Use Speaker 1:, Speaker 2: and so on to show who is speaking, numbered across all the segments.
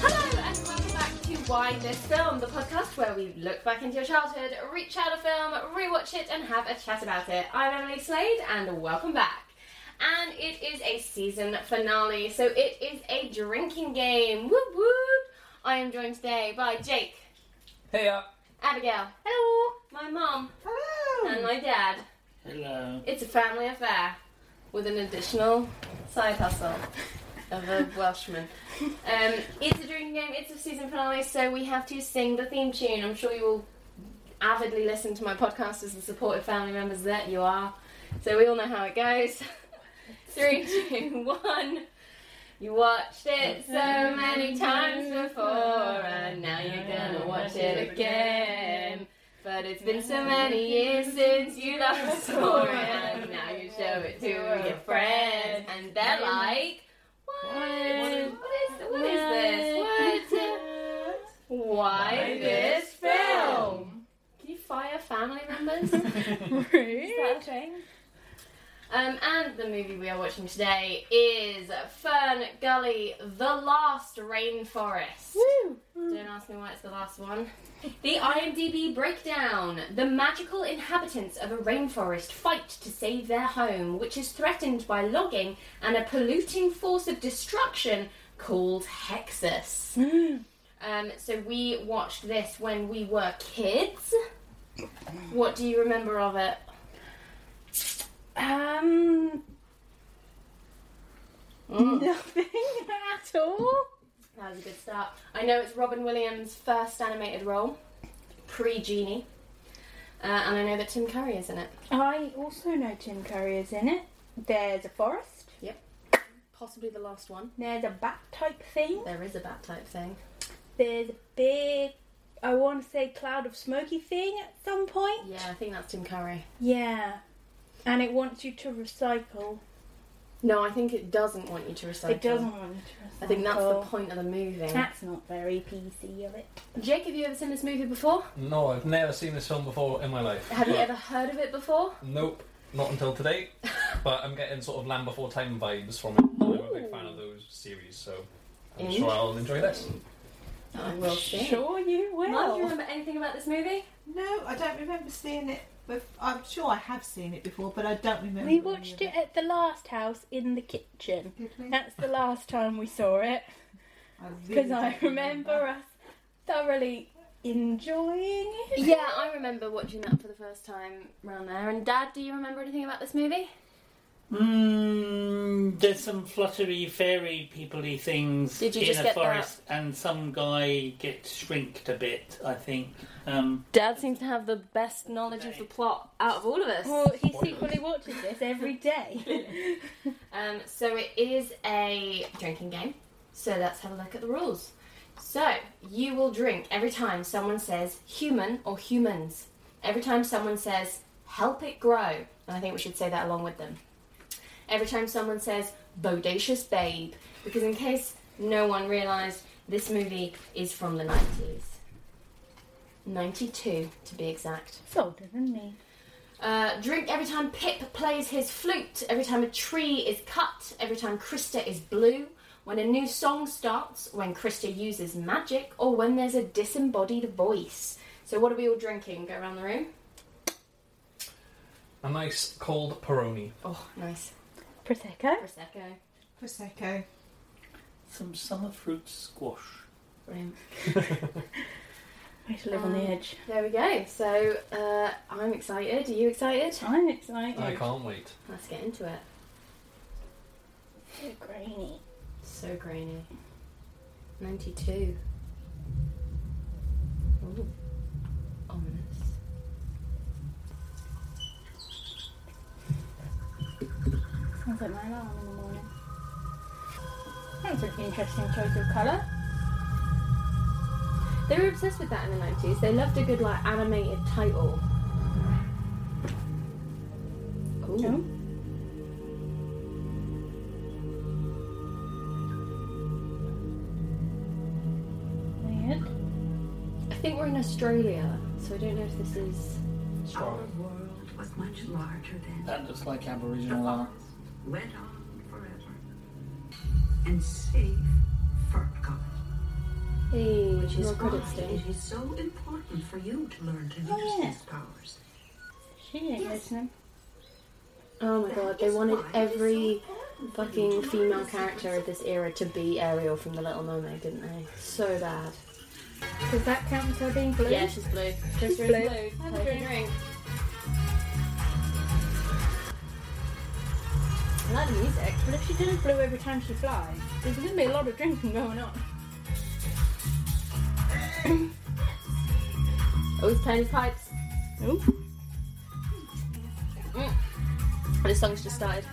Speaker 1: Hello and welcome back to Why This Film, the podcast where we look back into your childhood, reach out a film, rewatch it, and have a chat about it. I'm Emily Slade, and welcome back. And it is a season finale, so it is a drinking game. Whoop whoop! I am joined today by Jake,
Speaker 2: Hey up.
Speaker 1: Abigail, hello, my mum, hello, and my dad.
Speaker 2: Hello.
Speaker 1: It's a family affair with an additional side hustle of a Welshman. Um, it's a drinking game, it's a season finale, so we have to sing the theme tune. I'm sure you all avidly listen to my podcast as the supportive family members that you are, so we all know how it goes. Three, two, one. You watched it so many times before, and now you're gonna watch it again. But it's been so many years since you last saw it, and now you show it to your friends, and they're like, "What? What is, what is this? What? Why this film? Can you fire family members? Is that a thing? Um, and the movie we are watching today is Fern Gully: The Last Rainforest. Don't ask me why it's the last one. The IMDb breakdown. The magical inhabitants of a rainforest fight to save their home, which is threatened by logging and a polluting force of destruction called Hexus.
Speaker 3: Hmm.
Speaker 1: Um, so we watched this when we were kids. What do you remember of it?
Speaker 3: Um, nothing at all.
Speaker 1: Mm. That was a good start. I know it's Robin Williams' first animated role, pre Genie. Uh, and I know that Tim Curry is in it.
Speaker 3: I also know Tim Curry is in it. There's a forest.
Speaker 1: Possibly the last one.
Speaker 3: There's a bat type thing.
Speaker 1: There is a bat type thing.
Speaker 3: There's a big, I want to say, cloud of smoky thing at some point.
Speaker 1: Yeah, I think that's Tim Curry.
Speaker 3: Yeah. And it wants you to recycle.
Speaker 1: No, I think it doesn't want Oh. you to recycle.
Speaker 3: It doesn't want you to recycle.
Speaker 1: I think that's the point of the movie.
Speaker 3: That's not very PC of it.
Speaker 1: Jake, have you ever seen this movie before?
Speaker 2: No, I've never seen this film before in my life.
Speaker 1: Have you ever heard of it before?
Speaker 2: Nope, not until today. but I'm getting sort of Land Before Time vibes from it. I'm a big fan of those series, so I'm sure I'll enjoy this.
Speaker 1: I will see.
Speaker 3: Sure you will.
Speaker 1: Mum, do you remember anything about this movie?
Speaker 4: No, I don't remember seeing it. Bef- I'm sure I have seen it before, but I don't remember.
Speaker 3: We
Speaker 4: any
Speaker 3: watched
Speaker 4: of
Speaker 3: it at the last house in the kitchen.
Speaker 4: Did we?
Speaker 3: That's the last time we saw it.
Speaker 4: I really
Speaker 3: because I
Speaker 4: don't
Speaker 3: remember us thoroughly enjoying it.
Speaker 1: Yeah, I remember watching that for the first time round there. And Dad, do you remember anything about this movie?
Speaker 5: Mm, there's some fluttery, fairy, peoply things
Speaker 1: Did you
Speaker 5: in
Speaker 1: just
Speaker 5: a
Speaker 1: get that?
Speaker 5: forest, and some guy gets shrinked a bit. I think. Um,
Speaker 1: Dad seems to have the best knowledge of the plot out of all of us.
Speaker 3: Well, he secretly watches this every day.
Speaker 1: Um, so it is a drinking game. So let's have a look at the rules. So you will drink every time someone says human or humans. Every time someone says help it grow, and I think we should say that along with them. Every time someone says bodacious babe, because in case no one realised, this movie is from the 90s. 92 to be exact.
Speaker 3: it's older than me.
Speaker 1: Uh, drink every time Pip plays his flute, every time a tree is cut, every time Krista is blue, when a new song starts, when Krista uses magic, or when there's a disembodied voice. So, what are we all drinking? Go around the room.
Speaker 2: A nice cold Peroni.
Speaker 1: Oh, nice.
Speaker 3: Prosecco.
Speaker 1: Prosecco.
Speaker 4: Prosecco.
Speaker 5: some summer fruit squash.
Speaker 1: Brilliant.
Speaker 3: I should live on the
Speaker 1: Um,
Speaker 3: edge.
Speaker 1: There we go. So, uh, I'm excited. Are you excited?
Speaker 3: I'm excited.
Speaker 2: I can't wait.
Speaker 1: Let's get into it.
Speaker 3: So grainy.
Speaker 1: So grainy. 92. Ooh. Ominous.
Speaker 3: Sounds like my alarm in the morning. That's an interesting choice of colour.
Speaker 1: They were obsessed with that in the 90s. They loved a good, like, animated title. Ooh.
Speaker 3: Oh.
Speaker 1: think we're in Australia, so I don't know if this is.
Speaker 2: Strong.
Speaker 6: world was much larger than
Speaker 5: That looks like
Speaker 6: the
Speaker 5: Aboriginal art.
Speaker 6: laws went on forever and safe for God.
Speaker 1: Hey, which
Speaker 6: It is
Speaker 1: is
Speaker 6: why
Speaker 1: credit stage.
Speaker 6: it is so important for you to learn to use
Speaker 3: Oh, yeah.
Speaker 6: these powers.
Speaker 3: She ain't listening.
Speaker 1: Oh my god, they wanted every fucking female character of this era to be Ariel from The Little Mermaid, didn't they? So bad.
Speaker 3: Does that count as her being blue?
Speaker 1: Yeah, she's blue. She's
Speaker 3: blue.
Speaker 1: Have a drink.
Speaker 3: I like the music, but if she didn't blue every time she flies, there's going to be a lot of drinking going on.
Speaker 1: Oh, he's playing his pipes.
Speaker 3: Ooh.
Speaker 1: This song's just started.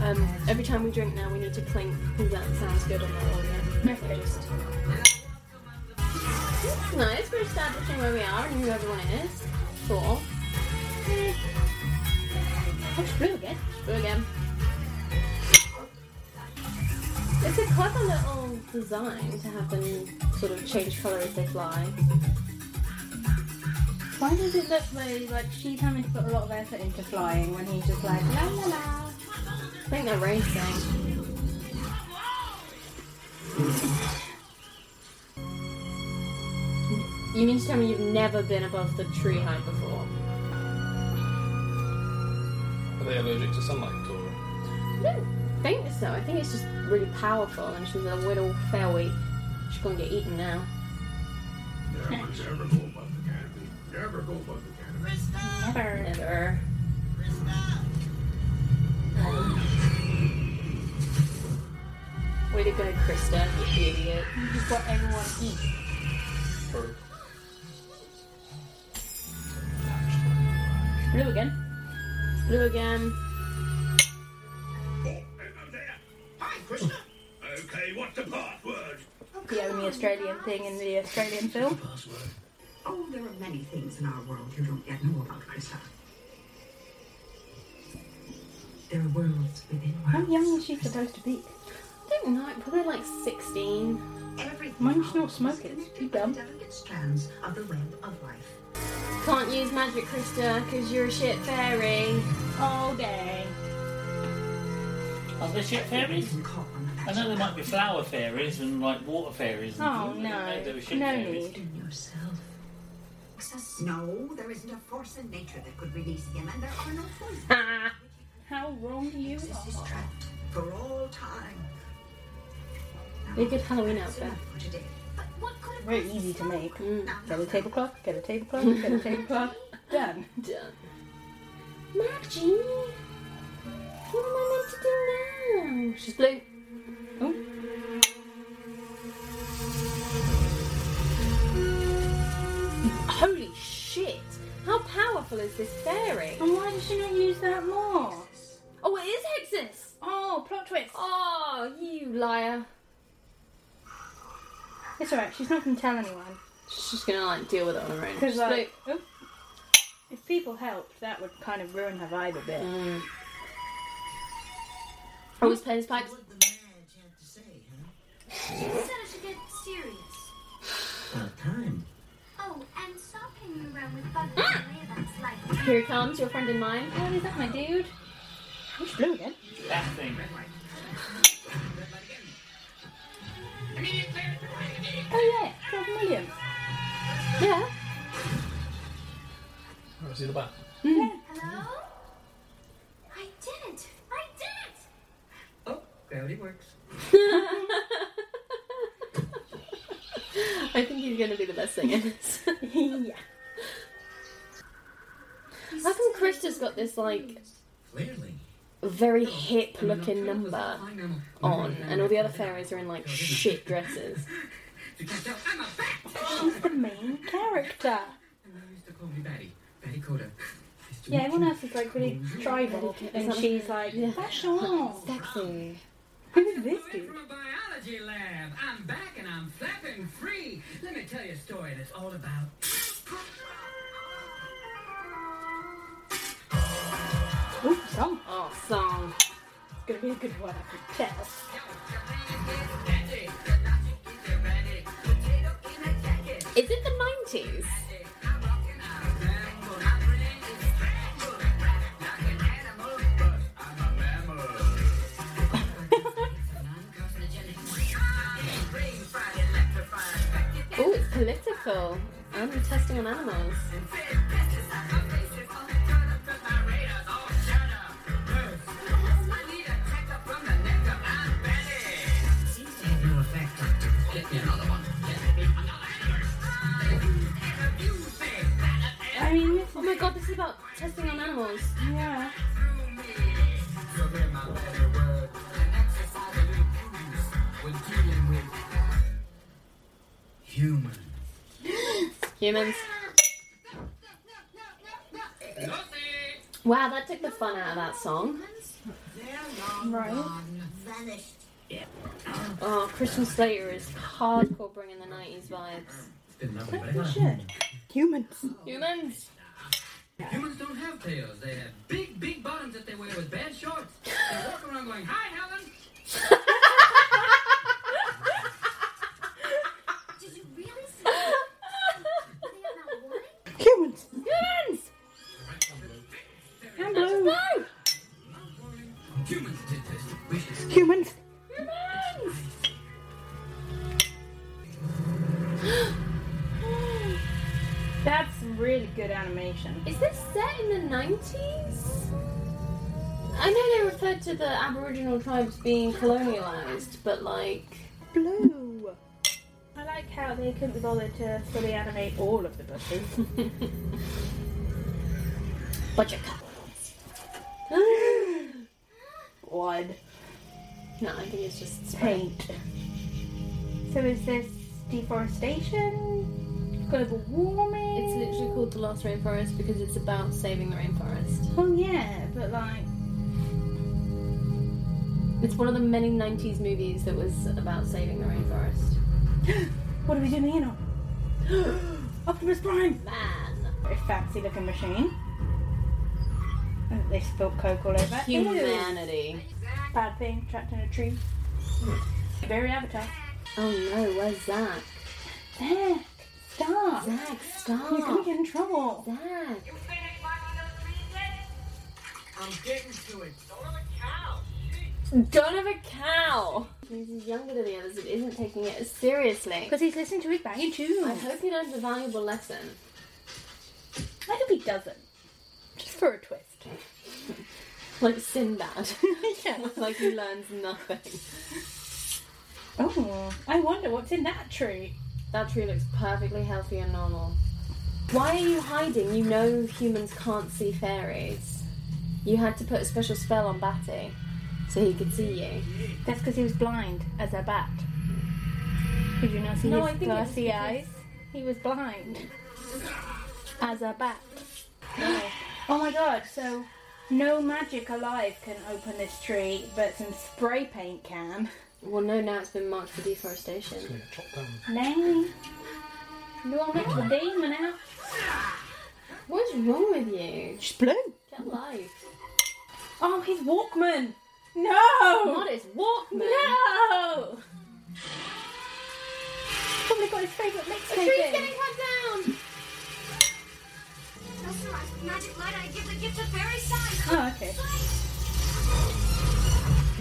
Speaker 1: Um, every time we drink now, we need to clink. Ooh, that sounds good on that audio. Okay. Just... This is nice. We're establishing where we are and who everyone is. Cool.
Speaker 3: Oh, she's blue again.
Speaker 1: Go again. It's a clever little design to have them sort of change colour as they fly.
Speaker 3: Why does it look really like she's having to put a lot of effort into flying when he's just like, la la la?
Speaker 1: I think they're racing. You mean to tell me you've never been above the tree height before?
Speaker 2: Are they allergic to sunlight or?
Speaker 1: I don't think so. I think it's just really powerful, and she's a little fairy. She's gonna get eaten now.
Speaker 7: Never go above the canopy. Never go above the canopy.
Speaker 3: Never.
Speaker 1: Never. Way to go, Krista, you idiot.
Speaker 3: This is what everyone eats.
Speaker 2: or
Speaker 3: Blue again.
Speaker 1: Blue again.
Speaker 7: Hi, Krishna. okay, what's the password?
Speaker 3: The only Australian thing in the Australian film.
Speaker 7: Password.
Speaker 6: Oh, there are many things in our world you don't yet know about, Krista. There are worlds within
Speaker 3: How
Speaker 6: worlds.
Speaker 3: young is she supposed to be?
Speaker 1: I don't know, probably like 16.
Speaker 6: Everything
Speaker 3: Mine's not
Speaker 6: always
Speaker 3: smoking.
Speaker 6: connected
Speaker 3: You
Speaker 6: by
Speaker 3: dumb.
Speaker 6: delicate strands of the web of life.
Speaker 1: Can't use magic, Krista, because you're a shit fairy.
Speaker 3: All day.
Speaker 5: Are there shit
Speaker 6: You
Speaker 5: fairies?
Speaker 6: can call on the
Speaker 5: I know there might be flower fairies and like water fairies. And
Speaker 3: Oh,
Speaker 5: things, but I didn't know there were
Speaker 3: no.
Speaker 5: shit
Speaker 3: No
Speaker 5: fairies.
Speaker 3: need.
Speaker 6: in yourself. Access- No, there isn't a force in nature that could release him, and there are no forces.
Speaker 1: Ah!
Speaker 3: How wrong you
Speaker 6: This is
Speaker 3: are.
Speaker 6: trapped for all time. Now,
Speaker 1: Be a good Halloween
Speaker 6: that's
Speaker 1: outfit.
Speaker 6: enough for today. But what could it
Speaker 3: Very
Speaker 6: be?
Speaker 3: easy to make.
Speaker 1: Mm,
Speaker 6: Now,
Speaker 3: Get a tablecloth, get a tablecloth, get a tablecloth. Done.
Speaker 1: done. Maggie! What am I meant to do now? She's oh. blue. Holy shit! How powerful is this fairy?
Speaker 3: And why does she not use that more?
Speaker 1: Oh, it is Hexus!
Speaker 3: Oh, plot twist.
Speaker 1: Oh, you liar.
Speaker 3: It's alright, she's not going to tell anyone.
Speaker 1: She's just gonna like deal with it on her own.
Speaker 3: Because,
Speaker 1: She's
Speaker 3: like, oh, if people helped, that would kind of ruin her vibe a bit.
Speaker 1: Mm. Always playing his pipes.
Speaker 6: What the Madge had to say, huh?
Speaker 8: said I should get serious.
Speaker 7: About time.
Speaker 8: Oh, and stop hanging around with bugs and
Speaker 1: Hmm.
Speaker 8: layabouts like
Speaker 1: Here he comes, your friend and mine.
Speaker 3: What is that, my dude? Oh, she's blue again.
Speaker 5: That thing.
Speaker 3: Oh, yeah, 12 million.
Speaker 1: Yeah.
Speaker 2: I see the back.
Speaker 1: Hmm.
Speaker 8: Hello? I did it! I did it!
Speaker 6: Oh, gravity works.
Speaker 1: I think he's gonna be the best singer. in this.
Speaker 3: yeah.
Speaker 1: How come Krista's got this like
Speaker 7: Clearly.
Speaker 1: very hip looking number on Oh, and all the other fairies are in like shit dresses?
Speaker 6: I'm a bat!
Speaker 3: She's the main character.
Speaker 7: And they used to call me Batty. Batty Coda. Nice to
Speaker 3: Yeah,
Speaker 7: meet
Speaker 3: everyone
Speaker 7: you.
Speaker 3: else is like really tribal, and
Speaker 1: Is that-
Speaker 3: she's like,
Speaker 1: Yeah.
Speaker 3: fashion.
Speaker 1: Sexy.
Speaker 3: Who's this dude?
Speaker 7: From a biology lab. I'm back and I'm flapping free. Let me tell you a story that's all about.
Speaker 3: Ooh, song.
Speaker 1: Oh, song.
Speaker 3: gonna be a good one. I can tell.
Speaker 1: Is it the 90s? Oh, it's political. I'm testing on animals.
Speaker 3: I mean, this
Speaker 1: Oh my god, this is about testing on animals.
Speaker 3: yeah.
Speaker 9: Human.
Speaker 1: Humans. Wow, that took the fun out of that song.
Speaker 3: Right.
Speaker 10: Vanished.
Speaker 1: Oh, Christian Slater is hardcore bringing the 90s vibes.
Speaker 3: Shit. Humans.
Speaker 1: Humans!
Speaker 9: Humans don't have tails. They have big, big bottoms that they wear with bad shorts. They walk around going, Hi, Helen!
Speaker 11: Did you really see that? They are not warning?
Speaker 3: Humans.
Speaker 1: Humans!
Speaker 3: And blue.
Speaker 9: Humans did this. We should
Speaker 3: Humans. That's really good animation.
Speaker 1: Is this set in the 90s? I know they referred to the Aboriginal tribes being colonialised, but like.
Speaker 3: Blue. I like how they couldn't bother to fully animate all of the bushes.
Speaker 1: Budget cut.
Speaker 3: Blood.
Speaker 1: no, I think it's just. spray.
Speaker 3: Paint. So is this deforestation? Global warming?
Speaker 1: It's literally called The Last Rainforest because it's about saving the rainforest.
Speaker 3: Oh yeah, but like
Speaker 1: It's one of the many 90s movies that was about saving the rainforest.
Speaker 3: What are we doing here on? Optimus Prime!
Speaker 1: Man.
Speaker 3: Very fancy looking machine. And they spilled coke all over. Ew.
Speaker 1: Humanity.
Speaker 3: Bad thing trapped in a tree. Very avatar.
Speaker 1: Oh no, where's Zach?
Speaker 3: There! Stop!
Speaker 1: Zach,
Speaker 3: You're gonna
Speaker 1: stop.
Speaker 3: get in trouble.
Speaker 1: Zach.
Speaker 9: I'm getting to it.
Speaker 1: Don't have a cow. Because he's younger than the others and isn't taking it as seriously.
Speaker 3: Because he's listening to his baggy tunes.
Speaker 1: I hope he learns a valuable lesson.
Speaker 3: I hope he doesn't. Just for a twist.
Speaker 1: Like Sinbad.
Speaker 3: yeah.
Speaker 1: like he learns nothing.
Speaker 3: Oh, I wonder what's in that tree.
Speaker 1: That tree looks perfectly healthy and normal. Why are you hiding? You know humans can't see fairies. You had to put a special spell on Batty so he could see you.
Speaker 3: That's because he was blind as a bat. Did you not see
Speaker 1: No, I
Speaker 3: his
Speaker 1: think it was
Speaker 3: glassy
Speaker 1: because-
Speaker 3: eyes? He was blind as a bat. oh my god, so no magic alive can open this tree, but some spray paint can.
Speaker 1: Well, no, now it's been marked for deforestation.
Speaker 2: Chop down.
Speaker 3: Nay. You want to the demon out?
Speaker 1: What is wrong with you?
Speaker 3: She's blue.
Speaker 1: Get a life.
Speaker 3: Oh, his Walkman.
Speaker 1: Not
Speaker 3: No!
Speaker 1: his Walkman.
Speaker 3: No! Probably got Oh his favourite
Speaker 1: The tree's
Speaker 3: mixtape in.
Speaker 1: getting cut down.
Speaker 11: Mesmerized with magic light, I give the gift of fairy sight.
Speaker 3: Oh, okay.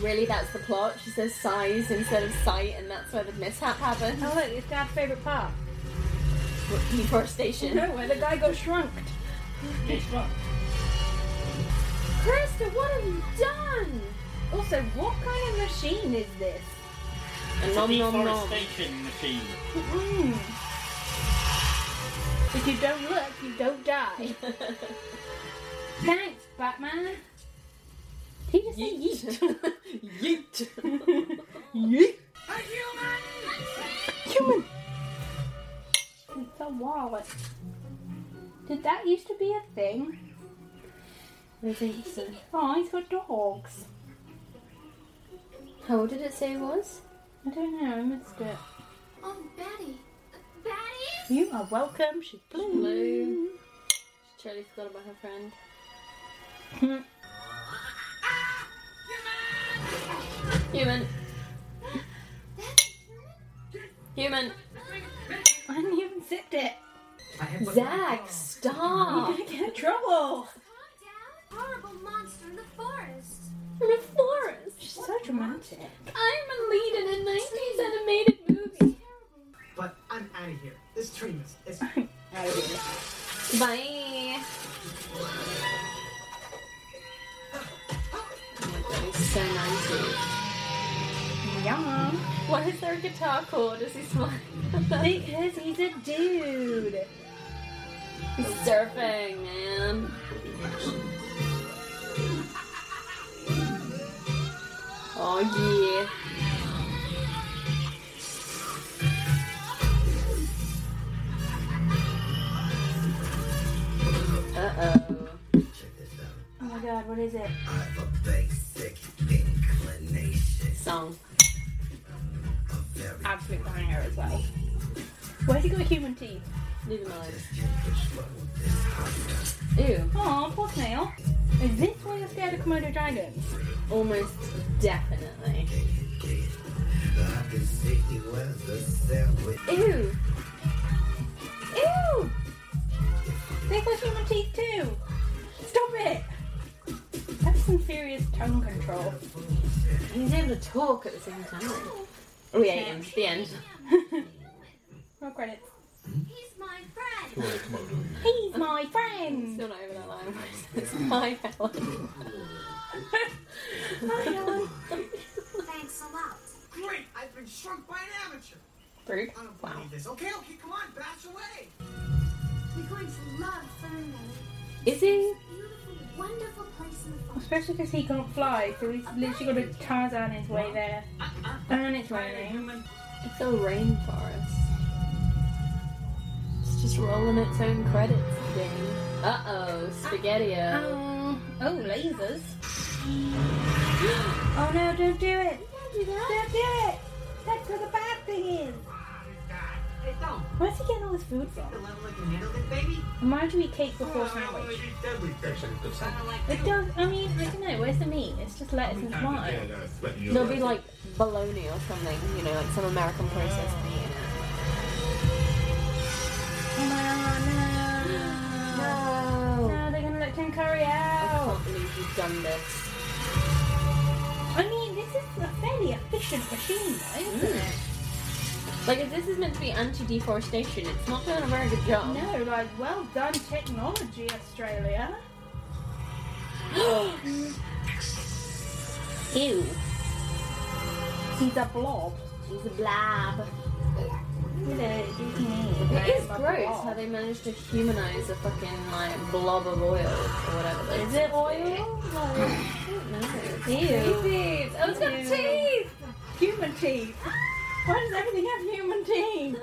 Speaker 1: Really, that's the plot. She says size instead of sight, and that's where the mishap happened.
Speaker 3: Oh, look, it's Dad's favourite part.
Speaker 1: Deforestation.
Speaker 3: where the guy got shrunked.
Speaker 1: Krista, what have you done?
Speaker 3: Also, what kind of machine is this?
Speaker 1: A
Speaker 5: It's
Speaker 1: nom
Speaker 5: a
Speaker 1: nom nom.
Speaker 5: deforestation machine.
Speaker 3: Mm. If you don't look, you don't die. Thanks, Batman. Did he just say yeet?
Speaker 1: Yeet.
Speaker 3: Yeet.
Speaker 9: A human!
Speaker 3: Human. It's a wallet. Did that used to be a thing?
Speaker 1: I think so.
Speaker 3: Oh, he's got dogs.
Speaker 1: How old did it say it was?
Speaker 3: I don't know, I missed it.
Speaker 11: Oh, Betty. Betty?
Speaker 3: You are welcome. She's
Speaker 1: Blue. She totally forgot about her friend.
Speaker 9: Human!
Speaker 1: Human. Human.
Speaker 3: I haven't even zipped it.
Speaker 12: Zach, stop!
Speaker 3: You're gonna get in trouble.
Speaker 8: Horrible monster in the forest.
Speaker 1: From a forest.
Speaker 3: She's so dramatic.
Speaker 1: I'm a lead in a 90s animated movie.
Speaker 13: But I'm out of here. This dream is. It's...
Speaker 1: Bye.
Speaker 12: So 90s.
Speaker 3: Yum.
Speaker 1: Why is there a guitar chord as he smiles?
Speaker 3: Because he's a dude.
Speaker 1: He's surfing, man. Oh yeah. Uh oh.
Speaker 6: Check this out.
Speaker 3: Oh my god, what is it?
Speaker 6: I have a basic inclination.
Speaker 1: Song.
Speaker 6: A very
Speaker 3: Absolute banger as well. Where's he got human teeth?
Speaker 1: Leave him alone.
Speaker 6: distinguished one with this hunger.
Speaker 1: Ew.
Speaker 3: Aw, Oh, poor snail. Is this why you're scared of Komodo dragons?
Speaker 1: Almost definitely.
Speaker 6: Can you get it? I can see you as a sandwich.
Speaker 1: Ew.
Speaker 3: Ew! They got human teeth too! Stop it! That's some serious tongue control.
Speaker 1: He's able to talk at the same time. We ate him. The end.
Speaker 3: no credits.
Speaker 8: He's my friend.
Speaker 14: Go away, Komodo.
Speaker 3: He's my friend!
Speaker 1: Still not over that line. It's my Helen.
Speaker 3: Hi, Ellen.
Speaker 8: Thanks a lot.
Speaker 13: Great! I've been shrunk by an amateur!
Speaker 1: Brute.
Speaker 13: I don't believe this. Okay, okay, come on, bash away!
Speaker 8: You're going to love Fernley.
Speaker 1: Is he?
Speaker 8: Beautiful, wonderful place in the forest.
Speaker 3: Especially because he can't fly, so he's literally got a Tarzan his way there. And it's
Speaker 13: Right,
Speaker 3: raining.
Speaker 13: human.
Speaker 1: It's a rainforest. It's just rolling its own credits, game. Uh oh, Spaghettio.
Speaker 3: Um, oh, lasers. oh no, don't do it!
Speaker 8: Don't do that.
Speaker 3: Don't do it! That's where the bad thing is!
Speaker 13: Hey, Tom,
Speaker 3: Where's he getting all his food
Speaker 13: the
Speaker 3: from?
Speaker 13: level I can handle this, baby?
Speaker 3: Reminds me of cake before sandwich.
Speaker 14: Looks like a good song.
Speaker 13: Kinda like
Speaker 3: It
Speaker 13: you.
Speaker 3: does. I mean, I don't know. Where's the meat? It's just lettuce and tomato.
Speaker 1: There'll be like bologna or something, you know, like some American processed meat.
Speaker 3: Oh, no.
Speaker 1: No.
Speaker 3: No, they're gonna let Tim Curry
Speaker 1: I
Speaker 3: out.
Speaker 1: can't believe you've done this.
Speaker 3: I mean, this is a fairly efficient machine, though, isn't it?
Speaker 1: Like, if this is meant to be anti deforestation, it's not doing a very good job.
Speaker 3: No, like, well done technology, Australia.
Speaker 1: Ew.
Speaker 3: He's a blob.
Speaker 1: He's a blab. It
Speaker 3: It
Speaker 1: is
Speaker 3: oh.
Speaker 1: gross how they managed to humanize a fucking, like, blob of oil or whatever. that
Speaker 3: Is
Speaker 1: is.
Speaker 3: it oil? Like,
Speaker 1: No.
Speaker 3: ew.
Speaker 1: Teeth! Oh, it's got
Speaker 3: Ew.
Speaker 1: teeth!
Speaker 3: Human teeth. Why does everything have human teeth?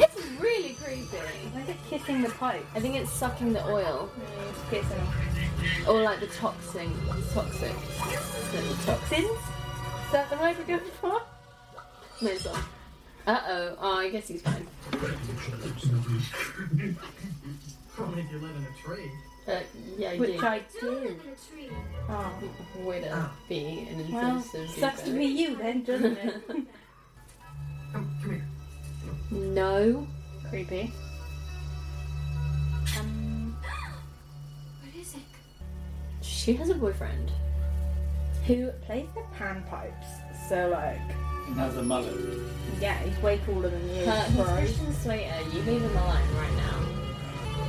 Speaker 1: it's really creepy.
Speaker 3: Why is it kissing the pipe?
Speaker 1: I think it's sucking the oil.
Speaker 3: No, it's kissing him.
Speaker 1: Or like the toxin. Toxic. The tox-
Speaker 3: Toxins? Is that the word we're going for?
Speaker 1: No, it's not. Uh oh. Oh, I guess he's fine.
Speaker 13: Only if you're living a trade.
Speaker 1: Uh, yeah, you
Speaker 3: Which
Speaker 1: do.
Speaker 3: I
Speaker 8: Do
Speaker 3: do.
Speaker 8: live in a tree.
Speaker 3: Oh.
Speaker 1: Way
Speaker 4: Ah.
Speaker 1: to be an
Speaker 3: Well,
Speaker 1: insensitive
Speaker 3: sucks to
Speaker 1: diva.
Speaker 3: be you then, doesn't it?
Speaker 13: Come, come here.
Speaker 1: No.
Speaker 3: Creepy.
Speaker 8: What is it?
Speaker 1: She has a boyfriend.
Speaker 3: Who plays the panpipes? So, like,
Speaker 5: As a mullet.
Speaker 3: yeah, he's way cooler than you.
Speaker 1: Her, he's
Speaker 3: bro.
Speaker 1: uh, Christian Slater. You leave him alone right now.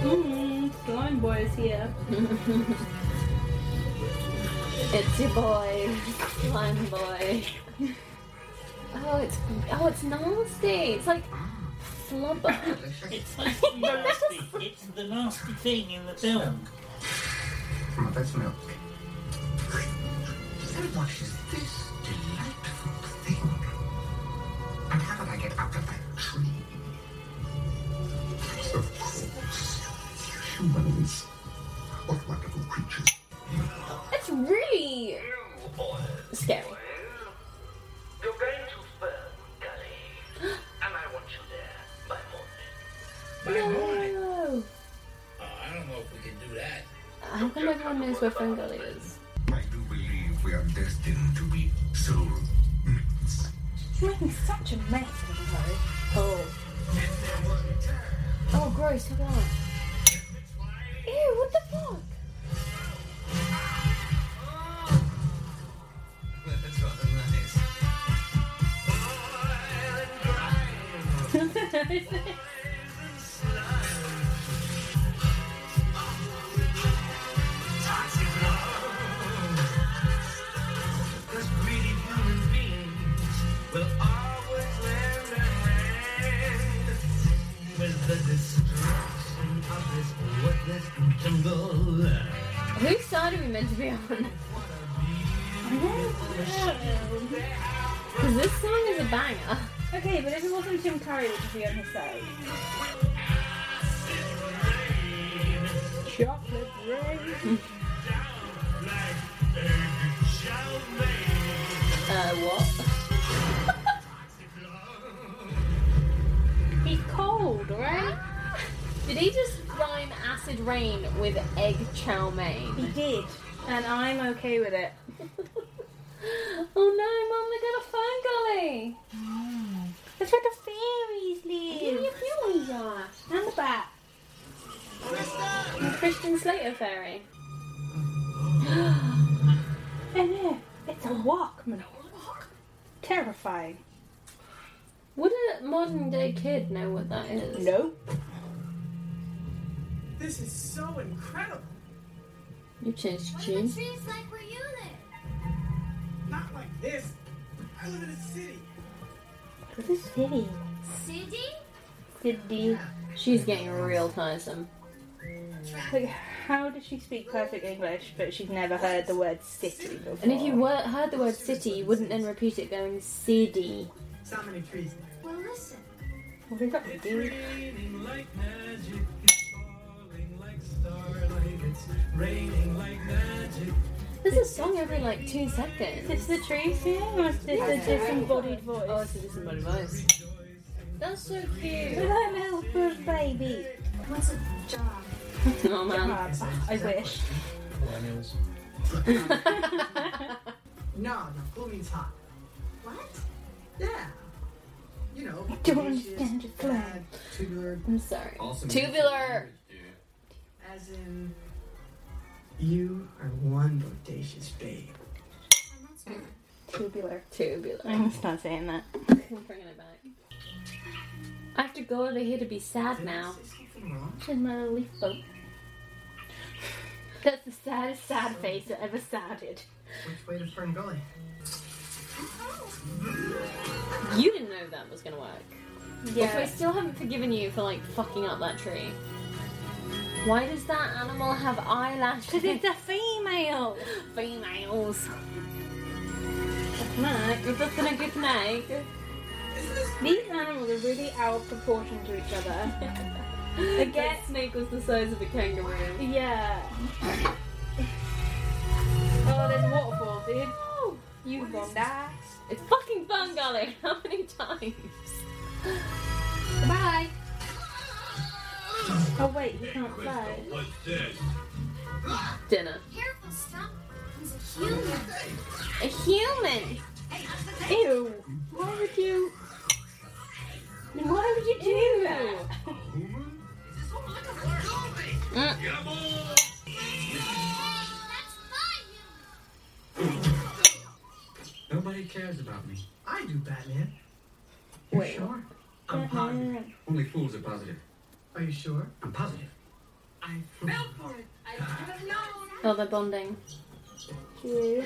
Speaker 3: Mm, slime boy is here.
Speaker 1: It's your boy, slime boy. Oh, it's oh, it's nasty. It's like flubber.
Speaker 5: It's like the nasty. It's the nasty thing in the film.
Speaker 6: Oh, that's milk. And what is this delightful thing? And how did I get out of that tree? Of course, humans. What wonderful creatures.
Speaker 1: It's really scary.
Speaker 4: You're going too firm, Gully. and I want you there by morning.
Speaker 1: No.
Speaker 4: Oh, I don't know if we can do that.
Speaker 1: How come everyone knows where Fern Gully is?
Speaker 6: I do
Speaker 15: destined to be soul mates.
Speaker 3: She's making such a mess of her. Oh. Oh, gross, come on. Ew, what the fuck?
Speaker 15: That's rather nice.
Speaker 1: Whose side are we meant to be on? Because this song is a banger.
Speaker 3: Okay, but if it wasn't Jim Curry, would you be on his side? Chocolate rain.
Speaker 1: Uh, what?
Speaker 3: He's cold, right?
Speaker 1: Did he just rhyme acid rain with egg chow mein?
Speaker 3: He did, and I'm okay with it.
Speaker 1: oh no, Mum, they're gonna find Golly!
Speaker 3: That's where the fairies
Speaker 1: Give me
Speaker 3: live.
Speaker 1: a few are.
Speaker 3: And the bat.
Speaker 1: Christian Slater fairy.
Speaker 3: And yeah, it's a Walkman. Terrifying.
Speaker 1: Would a modern day kid know what that is?
Speaker 3: Nope.
Speaker 6: This is so incredible.
Speaker 1: You changed your
Speaker 8: What are
Speaker 1: tune.
Speaker 8: the trees like where you live?
Speaker 6: Not like this. I live in a city.
Speaker 3: This city.
Speaker 8: City?
Speaker 3: City.
Speaker 1: She's getting real tiresome.
Speaker 3: Like, how does she speak perfect English, but she's never heard the word city before?
Speaker 1: And if you were, heard the word city, you wouldn't then repeat it going city.
Speaker 6: So many trees.
Speaker 8: Well, listen.
Speaker 3: What is that do?
Speaker 16: Raining like magic, it's falling like starlight, it's raining like magic.
Speaker 1: There's a song every like two seconds.
Speaker 3: Is this the tree singing, or is this a disembodied voice?
Speaker 1: Oh, it's a disembodied voice. That's so
Speaker 3: But
Speaker 1: cute.
Speaker 3: I'm Elf's baby.
Speaker 8: What's a job?
Speaker 1: oh man.
Speaker 3: God, I wish.
Speaker 2: Millennials.
Speaker 1: Mm.
Speaker 6: No, no, cool means hot.
Speaker 8: What?
Speaker 6: Yeah. You know,
Speaker 3: Don't understand your plan.
Speaker 6: tubular,
Speaker 1: I'm sorry.
Speaker 6: Awesome.
Speaker 1: Tubular.
Speaker 6: as in. You are one bodacious babe.
Speaker 8: And that's where
Speaker 3: Tubular.
Speaker 1: Tubular.
Speaker 3: I'm just not saying that.
Speaker 1: I'm bringing it back. After God, they're here to be sad now.
Speaker 6: Something wrong?
Speaker 3: She's my little leaf boat. That's the saddest sad face I ever started.
Speaker 6: Which way to Fern Gully?
Speaker 1: You didn't know that was gonna work. Which I
Speaker 3: Yeah.
Speaker 1: still haven't forgiven you for like fucking up that tree. Why does that animal have
Speaker 3: Because
Speaker 1: eyelashes?
Speaker 3: it's a female.
Speaker 1: Females.
Speaker 3: Mark,
Speaker 1: You're just gonna good night.
Speaker 3: these animals are really out of proportion to each other. I
Speaker 1: That
Speaker 3: guess.
Speaker 1: snake was the size of a kangaroo.
Speaker 3: Yeah. Oh, there's a waterfall, dude. You gonna die.
Speaker 1: It's fucking fun, golly. How many times?
Speaker 3: Bye. Oh wait, you can't fly.
Speaker 1: Dinner.
Speaker 8: Careful, Stump. He's a human.
Speaker 1: A human.
Speaker 3: Ew. Why would you? Why would you do that?
Speaker 8: That's my human.
Speaker 17: Nobody cares about me.
Speaker 6: I do, Batman.
Speaker 1: Wait.
Speaker 6: You sure? I'm positive.
Speaker 17: Only fools are positive.
Speaker 6: Are you sure?
Speaker 17: I'm positive.
Speaker 6: I Ah. fell for it. I should have known.
Speaker 1: Oh, they're bonding.
Speaker 3: You.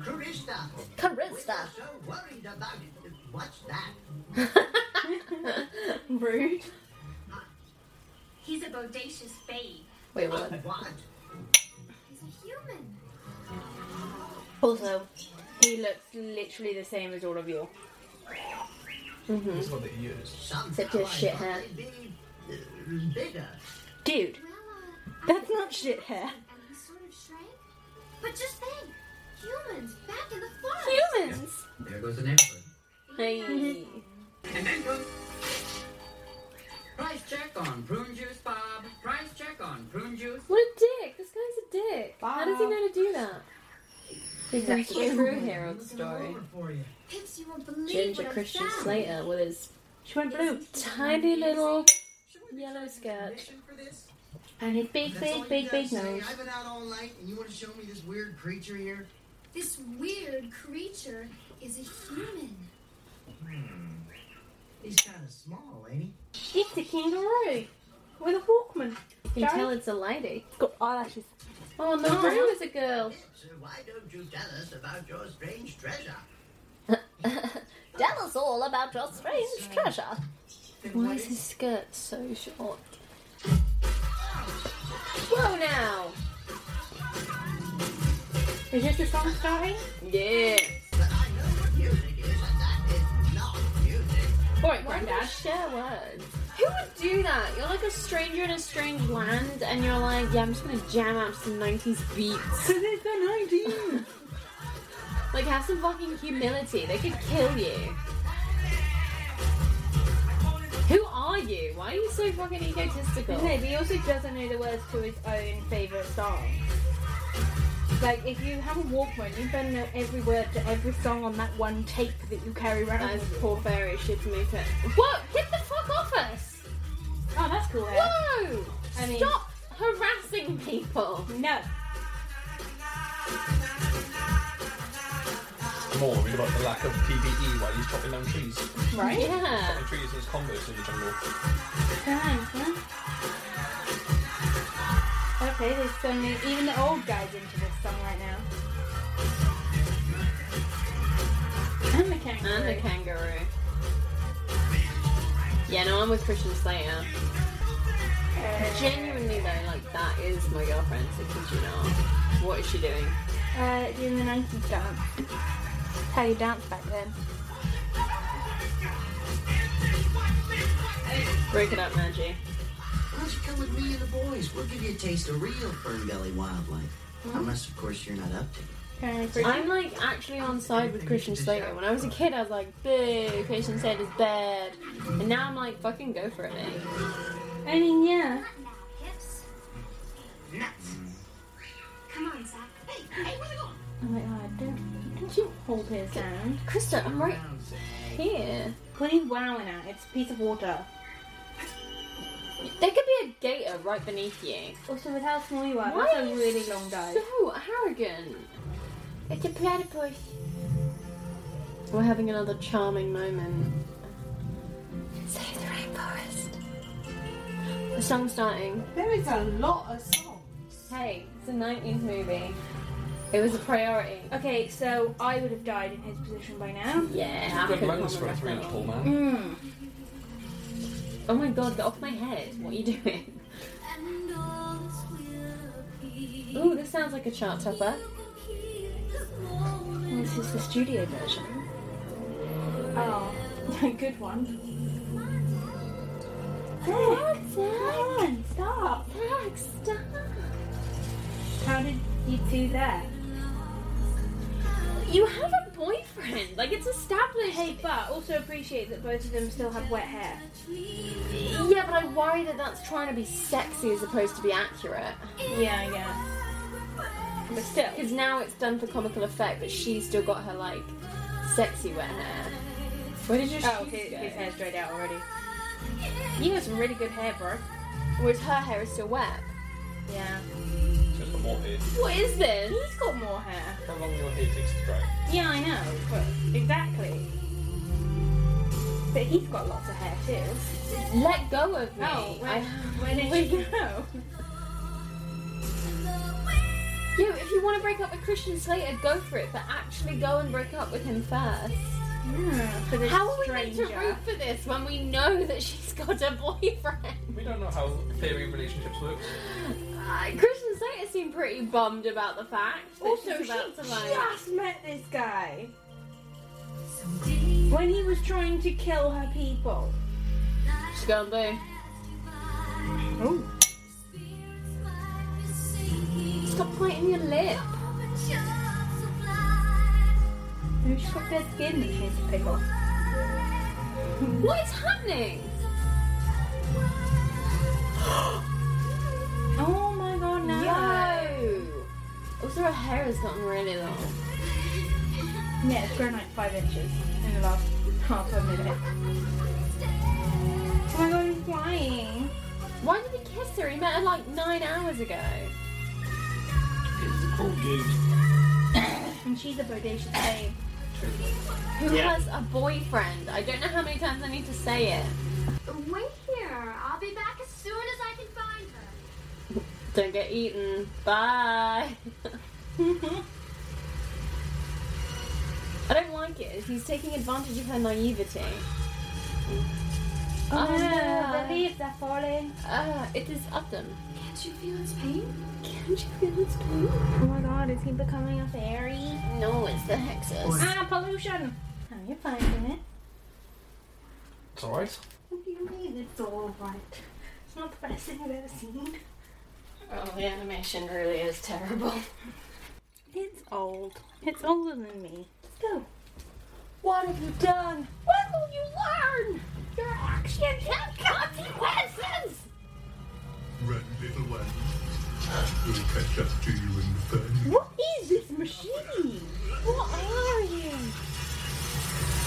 Speaker 6: Krista,
Speaker 1: Carissa.
Speaker 6: so worried about it. What's that?
Speaker 3: Rude.
Speaker 8: He's a bodacious babe.
Speaker 1: Wait, what?
Speaker 6: What?
Speaker 8: He's a human.
Speaker 3: Also, he looks literally the same as all of you.
Speaker 1: Mm-hmm.
Speaker 2: It's what the ear is.
Speaker 1: Except his shit hair.
Speaker 6: Be uh, bigger.
Speaker 3: Dude,
Speaker 8: Well, uh,
Speaker 3: that's not shit hair.
Speaker 8: and he sort of shrank. But just think, humans back in the forest.
Speaker 1: Humans.
Speaker 17: There goes an expert.
Speaker 1: Hey.
Speaker 16: And then goes. Price check on prune juice, Bob. Price check on prune juice.
Speaker 1: What a dick. This guy's a dick. How does he know to do that? Exactly.
Speaker 3: Thank you.
Speaker 1: True hero story.
Speaker 11: Pips, you won't believe
Speaker 1: Ginger
Speaker 11: what I
Speaker 1: Christian
Speaker 11: found.
Speaker 1: Slater with his
Speaker 3: she went blue.
Speaker 1: tiny little yellow skirt and his big,
Speaker 6: That's all you
Speaker 1: big, big, big
Speaker 6: gotta say?
Speaker 1: nose.
Speaker 6: I've been out all night, and you want to show me this weird creature here?
Speaker 11: This weird creature is a human.
Speaker 6: He's kind of small, ain't he?
Speaker 3: It's a kangaroo with a Hawkman.
Speaker 1: You can
Speaker 3: Jared?
Speaker 1: tell it's a lady.
Speaker 3: Got eyelashes.
Speaker 1: Oh no,
Speaker 3: Oh.
Speaker 1: Rue is a girl.
Speaker 6: So why don't you tell us about your strange treasure?
Speaker 1: Tell us all about your strange treasure. Why is his skirt so short? Whoa now!
Speaker 3: Is this the song starting?
Speaker 1: Yeah.
Speaker 3: Alright,
Speaker 1: Why do you
Speaker 3: Grandad.
Speaker 1: share words? Who would do that? You're like a stranger in a strange land, and you're like, yeah, I'm just gonna jam out some 90s beats.
Speaker 3: Because it's the 90s!
Speaker 1: Like, have some fucking humility. They could kill you. Who are you? Why are you so fucking egotistical?
Speaker 3: No, but he also doesn't know the words to his own favourite song. Like, if you have a Walkman, you better know every word to every song on that one tape that you carry around.
Speaker 1: That's
Speaker 3: with you.
Speaker 1: poor fairy shit to make it. Whoa! Get the fuck off us!
Speaker 3: Oh, that's cool. eh?
Speaker 1: Whoa!
Speaker 3: I mean-
Speaker 1: Stop harassing people.
Speaker 3: No.
Speaker 2: More read about the lack of PPE while he's chopping down trees.
Speaker 3: Right?
Speaker 1: Yeah.
Speaker 2: Chopping trees in his Converse in the jungle.
Speaker 3: Thanks, huh? Okay, there's so many. Even the old guys into this song right now. And the kangaroo.
Speaker 1: And a kangaroo. Yeah, no, I'm with Christian Slater. Genuinely though, like that is my girlfriend. So could you not? What is she doing?
Speaker 3: Uh, doing the 90s dance. How you dance back then.
Speaker 1: Break it up, Maggie.
Speaker 6: Why don't you come with me and the boys? We'll give you a taste of real fern belly wildlife.
Speaker 1: Hmm?
Speaker 6: Unless, of course, you're not up to it.
Speaker 1: I'm like actually on side with Christian Slater. When I was a kid, I was like, "Boo, Christian Slater's bad," and now I'm like, "Fucking go for it." Eh?
Speaker 3: I mean, yeah.
Speaker 11: Pips. Nuts. Come on, Zach. Hey, hey, where are you going?
Speaker 3: Oh my god, don't, don't you hold his hand.
Speaker 1: Krista, I'm right here.
Speaker 3: What are you wowing at? It's a piece of water.
Speaker 1: There could be a gator right beneath you.
Speaker 3: Also, with how small you are,
Speaker 1: Why
Speaker 3: that's
Speaker 1: are
Speaker 3: a
Speaker 1: you
Speaker 3: really long dive.
Speaker 1: So arrogant. It's a platypus. We're having another charming moment. Save the rainforest. The song's starting.
Speaker 4: There is a lot of songs.
Speaker 1: Hey, it's a 90s movie. It was a priority.
Speaker 3: Okay, so I would have died in his position by now.
Speaker 1: Yeah. I
Speaker 2: Good
Speaker 1: couldn't
Speaker 2: moments for a
Speaker 1: remember
Speaker 2: three inch
Speaker 1: that
Speaker 2: tall man.
Speaker 3: Mm.
Speaker 1: Oh my god, get off my head. What are you doing?
Speaker 11: And all this will be.
Speaker 1: Ooh, this sounds like a chart topper.
Speaker 3: This is the studio version. Oh, good one. Hey, come on, stop.
Speaker 1: Max, stop.
Speaker 3: How did you do that?
Speaker 1: You have a boyfriend. Like, it's established.
Speaker 3: Hey, but also appreciate that both of them still have wet hair.
Speaker 1: Yeah, but I worry that that's trying to be sexy as opposed to be accurate.
Speaker 3: Yeah, yeah. But still.
Speaker 1: Because now it's done for comical effect, but she's still got her like sexy wet hair. Where did your
Speaker 3: Oh,
Speaker 1: shoes
Speaker 3: his,
Speaker 1: go?
Speaker 3: his hair's dried out already. You got some really good hair, bro.
Speaker 1: Whereas her hair is still wet.
Speaker 3: Yeah.
Speaker 1: Mm.
Speaker 2: Just the more hair.
Speaker 1: What is this?
Speaker 3: He's got more hair.
Speaker 2: How long your hair takes to dry?
Speaker 3: Yeah, I know. But exactly. But he's got lots of hair too.
Speaker 1: Let go of me.
Speaker 3: Oh, where,
Speaker 1: I-
Speaker 3: where did you go?
Speaker 1: Yo, if you want to break up with Christian Slater, go for it, but actually go and break up with him first.
Speaker 3: Yeah, for this
Speaker 1: How are we meant
Speaker 3: stranger.
Speaker 1: to root for this when we know that she's got a boyfriend?
Speaker 2: We don't know how theory relationships work.
Speaker 1: Uh, Christian Slater seemed pretty bummed about the fact that
Speaker 3: Also,
Speaker 1: she's
Speaker 3: she
Speaker 1: about to like.
Speaker 3: just met this guy when he was trying to kill her people.
Speaker 1: She's gonna do.
Speaker 3: Oh.
Speaker 1: Stop biting your lip.
Speaker 3: Maybe she's got their skin that she needs to pick off.
Speaker 1: What is happening?
Speaker 3: Oh my god, no.
Speaker 1: Oh Yo! Also, her hair has gotten really long.
Speaker 3: Yeah, it's grown like five inches in the last half a minute.
Speaker 1: Oh my god, he's flying. Why did he kiss her? He met her like nine hours ago.
Speaker 5: It's a cool dude.
Speaker 3: And she's a bodacious babe.
Speaker 1: Who
Speaker 5: Yeah.
Speaker 1: has a boyfriend? I don't know how many times I need to say it.
Speaker 8: Wait here. I'll be back as soon as I can find her.
Speaker 1: Don't get eaten. Bye. I don't like it. He's taking advantage of her naivety.
Speaker 3: Oh,
Speaker 1: Ah.
Speaker 3: no, the leaves are falling.
Speaker 1: Ah, it is autumn.
Speaker 8: Can't you feel its pain?
Speaker 1: Can't you feel its pain?
Speaker 3: Oh my god, is he becoming a fairy?
Speaker 1: No, it's the hexes.
Speaker 3: Ah, pollution! Oh, you're finding it.
Speaker 2: It's alright.
Speaker 3: What do you mean it's all right? It's not the best thing I've ever seen.
Speaker 18: Oh, the animation really is terrible.
Speaker 3: It's old. It's older than me. Let's go.
Speaker 1: What have you done?
Speaker 8: What will you learn? Your actions have consequences!
Speaker 4: Run, little one. We'll catch up to you in the furnace.
Speaker 8: What is this machine?
Speaker 3: What are you?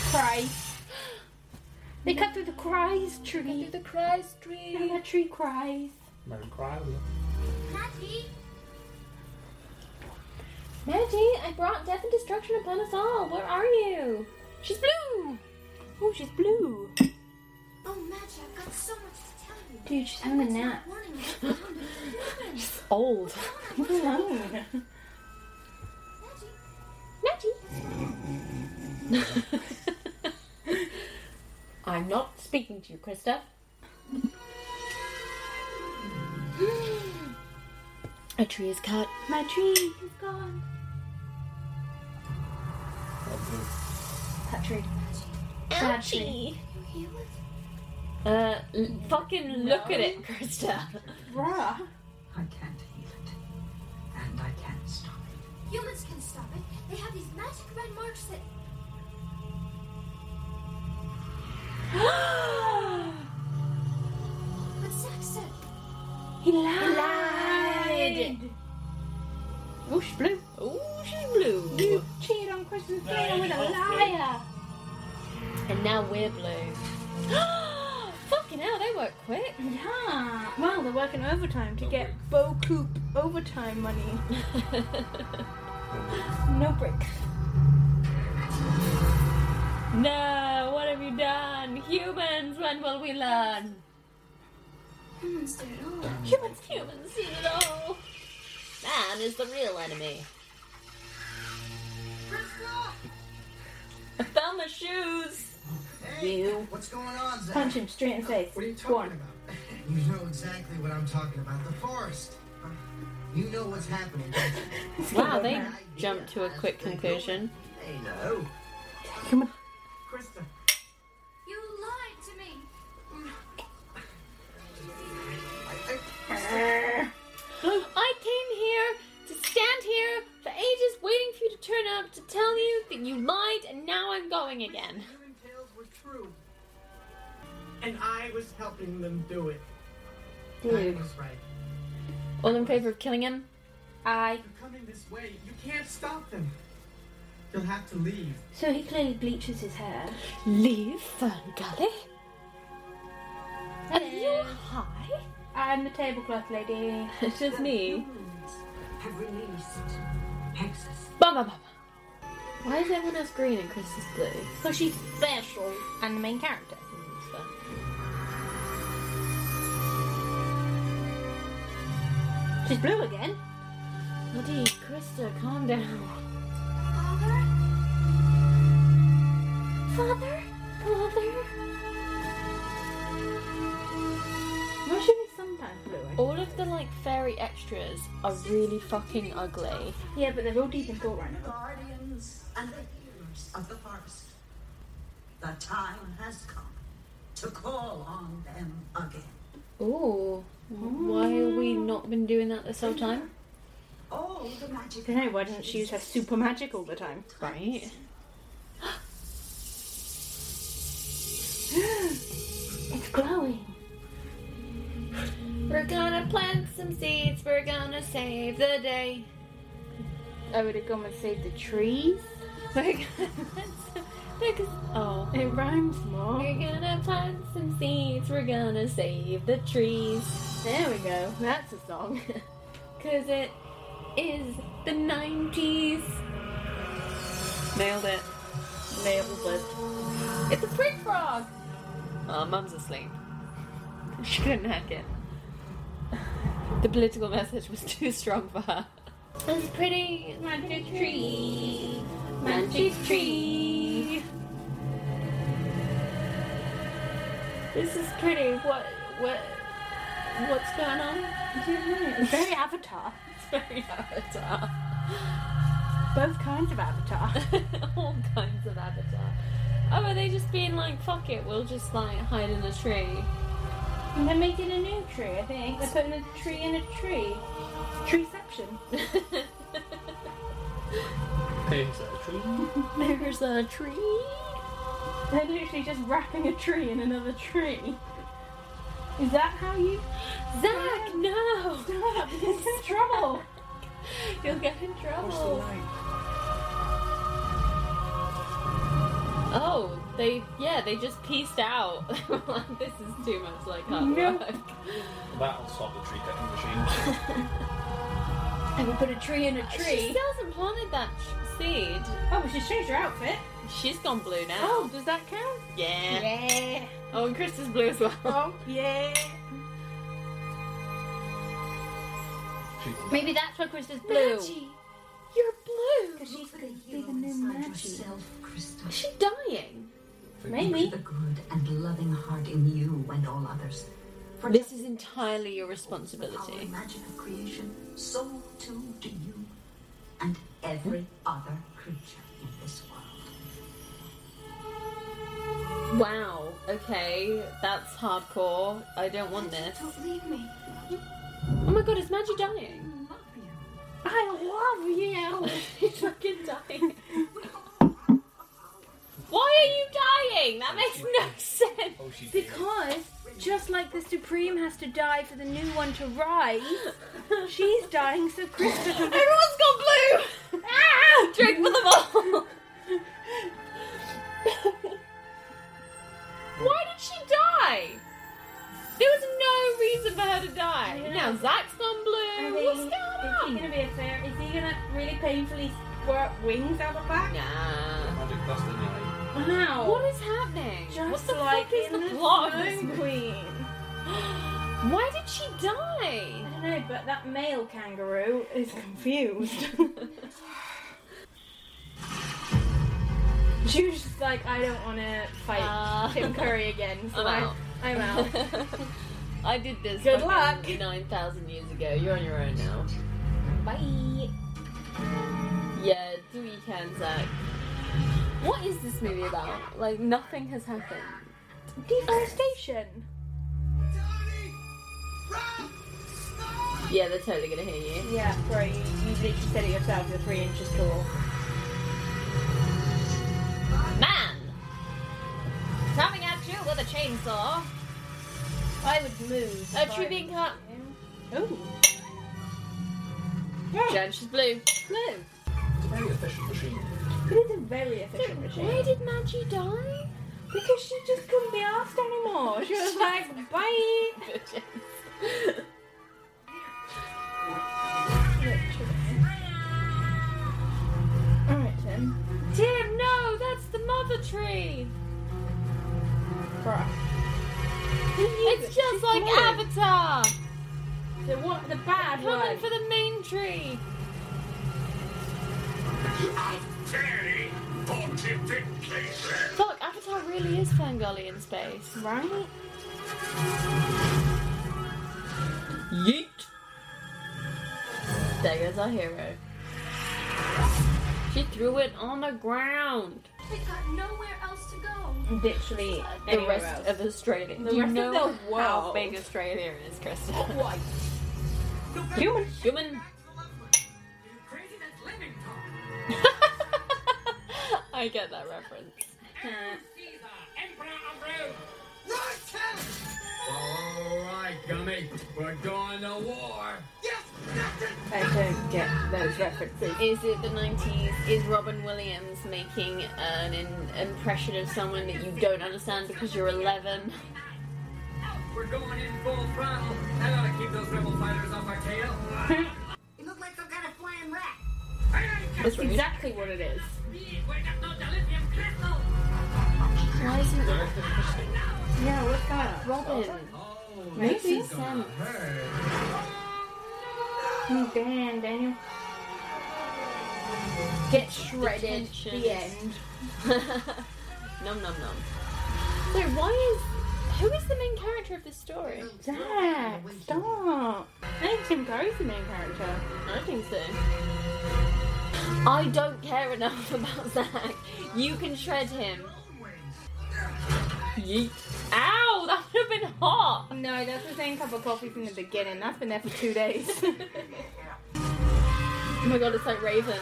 Speaker 3: Cry. They cut through the Christ tree. through the Christ tree. And the tree cries.
Speaker 2: Merry cry.
Speaker 8: Matty,
Speaker 1: Maggie, I brought death and destruction upon us all. Where are you? She's blue. Oh, she's blue.
Speaker 8: Oh, Madge, I've got so much to tell you.
Speaker 3: Dude, she's having a nap.
Speaker 8: Warning, I found a human.
Speaker 1: Old.
Speaker 3: Leave her alone.
Speaker 1: I'm not speaking to you, Krista. A tree is cut.
Speaker 3: My tree is gone. That tree. That tree.
Speaker 1: Uh, l- fucking look at it, Krista.
Speaker 19: I
Speaker 3: Bruh.
Speaker 19: can't heal it. And I can't stop
Speaker 8: Humans can stop it. They have these magic red marks that. But Zack said.
Speaker 3: He lied.
Speaker 1: Oh, she's blue. Oh, she's blue.
Speaker 3: You cheated on Christmas
Speaker 1: No,
Speaker 3: dinner with a
Speaker 1: you're not
Speaker 3: liar.
Speaker 1: And now we're blue. fucking hell, they work quick.
Speaker 3: Yeah. Well, they're working overtime to get Bo Coop overtime money. no bricks.
Speaker 1: No, what have you done? Humans, when will we learn?
Speaker 8: Humans did it all.
Speaker 1: Humans, humans, see it all. Man is the real enemy. I found my shoes.
Speaker 6: You. What's going on, Zach?
Speaker 3: Punch him straight in the face.
Speaker 6: What are you
Speaker 3: Go on.
Speaker 6: You know exactly what I'm talking about. The forest. You know what's happening.
Speaker 1: Wow, they jumped to a quick conclusion.
Speaker 6: They know.
Speaker 3: Come on.
Speaker 6: Krista.
Speaker 8: You lied to me.
Speaker 1: I came here to stand here for ages waiting for you to turn up to tell you that you lied and now I'm going again.
Speaker 4: Human tales were true. And I was helping them do it.
Speaker 1: Dude.
Speaker 4: I was right.
Speaker 1: All in favour of killing him?
Speaker 3: I.
Speaker 4: They're coming this way. You can't stop them. You'll have to leave.
Speaker 3: So he clearly bleaches his hair.
Speaker 1: Leave Ferngully? And you're high?
Speaker 3: I'm the tablecloth lady.
Speaker 1: It's just me.
Speaker 19: Have released Hexus.
Speaker 1: Bum, bum, bum. Why is everyone else green and Chris is blue?
Speaker 3: So she's special and the main character. She's blue again.
Speaker 1: Bloody Krista, calm down.
Speaker 8: Father? Father? Father?
Speaker 3: Why should be sometimes blue?
Speaker 1: All of the like fairy extras are really fucking ugly.
Speaker 3: Yeah, but they're all deep in thought right now.
Speaker 6: Guardians and the healers of the forest. The time has come to call on them again.
Speaker 1: Ooh. Why have we not been doing that this whole time?
Speaker 6: All the magic.
Speaker 3: I don't know, why doesn't she use her super magic all the time?
Speaker 1: Right.
Speaker 3: It's glowing.
Speaker 1: We're gonna plant some seeds, we're gonna save the day.
Speaker 3: I would have gone and saved the trees.
Speaker 1: Like, look, oh,
Speaker 3: it rhymes more.
Speaker 1: We're gonna plant some seeds. We're gonna save the trees. There we go. That's a song. Cause it is the nineties. Nailed it. Nailed it. It's a spring frog. Oh, mum's asleep. She couldn't hack it. The political message was too strong for her. It's pretty magic tree, magic tree. This is pretty. What? What? What's going on?
Speaker 3: It's very Avatar.
Speaker 1: It's very Avatar.
Speaker 3: Both kinds of Avatar.
Speaker 1: All kinds of Avatar. Oh, are they just being like, fuck it, we'll just like hide in a tree?
Speaker 3: And they're making a new tree, I think. They're putting a tree in a tree. Treeception.
Speaker 5: Pigs are true.
Speaker 3: There's a tree. They're literally just wrapping a tree in another tree. Is that how you?
Speaker 1: Zach, no!
Speaker 3: Stop! This is trouble.
Speaker 1: You'll get in trouble. Oh, they yeah, they just pieced out. They were like, this is too much like hard
Speaker 3: No.
Speaker 1: work.
Speaker 2: That'll stop the tree cutting machine.
Speaker 3: And we put a tree in a
Speaker 1: She
Speaker 3: tree.
Speaker 1: still hasn't planted that sh- seed.
Speaker 3: Oh, but she's changed her outfit.
Speaker 1: She's gone blue now.
Speaker 3: Oh, does that count?
Speaker 1: yeah.
Speaker 3: Yeah.
Speaker 1: Oh, and Chris is blue as well.
Speaker 3: Oh, yeah. Maybe that's why Chris is blue.
Speaker 1: Maggie, you're blue.
Speaker 3: Because she's going to be the new Maggie.
Speaker 1: Is she dying?
Speaker 3: Maybe.
Speaker 6: The good and loving heart in you and all others. For
Speaker 1: This is entirely your
Speaker 6: Our
Speaker 1: responsibility.
Speaker 6: magic of creation, so too do you and every
Speaker 3: Hmm?
Speaker 6: other creature in this world.
Speaker 1: Wow. Okay, that's hardcore. I don't want this.
Speaker 11: Don't leave me.
Speaker 1: Oh my god, is Maggie dying?
Speaker 3: I love you.
Speaker 1: She's fucking dying. Why are you dying? That makes no sense.
Speaker 2: Oh, she did.
Speaker 3: Because just like the Supreme has to die for the new one to rise, she's dying so Chris doesn't.
Speaker 1: Everyone's gone blue. ah! Drink for them all. Why did she die? There was no reason for her to die.
Speaker 3: Yeah.
Speaker 1: Now Zach's gone
Speaker 3: I
Speaker 1: blue.
Speaker 3: mean,
Speaker 1: What's going
Speaker 3: Is he
Speaker 1: on?
Speaker 3: gonna be a fair? Is he gonna really painfully squirt wings out the back?
Speaker 1: Nah.
Speaker 2: Magic dust anyway.
Speaker 3: Wow.
Speaker 1: What is happening?
Speaker 3: Just
Speaker 1: what the
Speaker 3: like
Speaker 1: fuck is
Speaker 3: in
Speaker 1: the
Speaker 3: the
Speaker 1: plot of this
Speaker 3: Snow
Speaker 1: movie?
Speaker 3: Queen.
Speaker 1: Why did she die?
Speaker 3: I don't know, but that male kangaroo is confused. she was just like, I don't want to fight
Speaker 1: Ah.
Speaker 3: Tim Curry again, so
Speaker 1: I'm out.
Speaker 3: I, am out.
Speaker 1: I did this.
Speaker 3: Good
Speaker 1: fucking
Speaker 3: luck.
Speaker 1: 9,000 years ago. You're on your own now.
Speaker 3: Bye.
Speaker 1: Yeah, do you can, Zach. What is this movie about? Like, nothing has happened.
Speaker 3: Deforestation.
Speaker 1: Yeah, they're totally gonna hear you.
Speaker 3: Yeah, right. You, you literally said it yourself. You're three inches tall.
Speaker 1: Man! Coming at you with a chainsaw.
Speaker 3: I would move.
Speaker 1: A tree being cut.
Speaker 3: Ooh.
Speaker 1: Jen, she's blue.
Speaker 3: Blue.
Speaker 2: It's a very efficient machine.
Speaker 3: It is a very efficient
Speaker 1: Why
Speaker 3: machine.
Speaker 1: did Maggie die?
Speaker 3: Because she just couldn't be asked anymore. She was like, bye. Alright then.
Speaker 1: Tim, no, that's the mother tree.
Speaker 3: Bruh.
Speaker 1: It's just like Avatar.
Speaker 3: The, what, the bad
Speaker 1: Coming
Speaker 3: one.
Speaker 1: for the main tree. Fuck, Avatar really is Fangoli in space.
Speaker 3: Right?
Speaker 1: Yeet. There goes our hero. She threw it on the ground.
Speaker 11: We got nowhere else to go.
Speaker 3: Literally
Speaker 1: the
Speaker 3: anywhere
Speaker 1: rest
Speaker 3: else.
Speaker 1: of Australia.
Speaker 3: The
Speaker 1: Do you
Speaker 3: rest of
Speaker 1: know
Speaker 3: the
Speaker 1: how
Speaker 3: world. Oh,
Speaker 1: big Australia is, Krista?
Speaker 3: Why? Human.
Speaker 1: Human.
Speaker 9: Crazy, that's lemming talk.
Speaker 1: I get that reference. Uh,
Speaker 9: Caesar, Emperor of Rome. All right, Gummy, we're going to war. Yes,
Speaker 3: I don't get those references.
Speaker 1: Is it the 90s? Is Robin Williams making an in- impression of someone that you don't understand because you're 11?
Speaker 9: We're going in full throttle. That ought to keep those rebel fighters off our tail.
Speaker 11: You look like some kind of flying rat.
Speaker 1: That's exactly what it is. Why isn't it?
Speaker 3: Yeah, what's that?
Speaker 1: Robin. Makes sense.
Speaker 3: Oh, damn, Daniel.
Speaker 1: Get shredded.
Speaker 3: The end.
Speaker 1: Nom nom nom. So why is who is the main character of this story?
Speaker 3: Zach, stop. I think Tim Curry's the main character.
Speaker 1: I think so. I don't care enough about Zach. You can shred him. Yeet. Ow! That would have been hot.
Speaker 3: No, that's the same cup of coffee from the beginning. That's been there for two days.
Speaker 1: Oh my god, it's like Raven.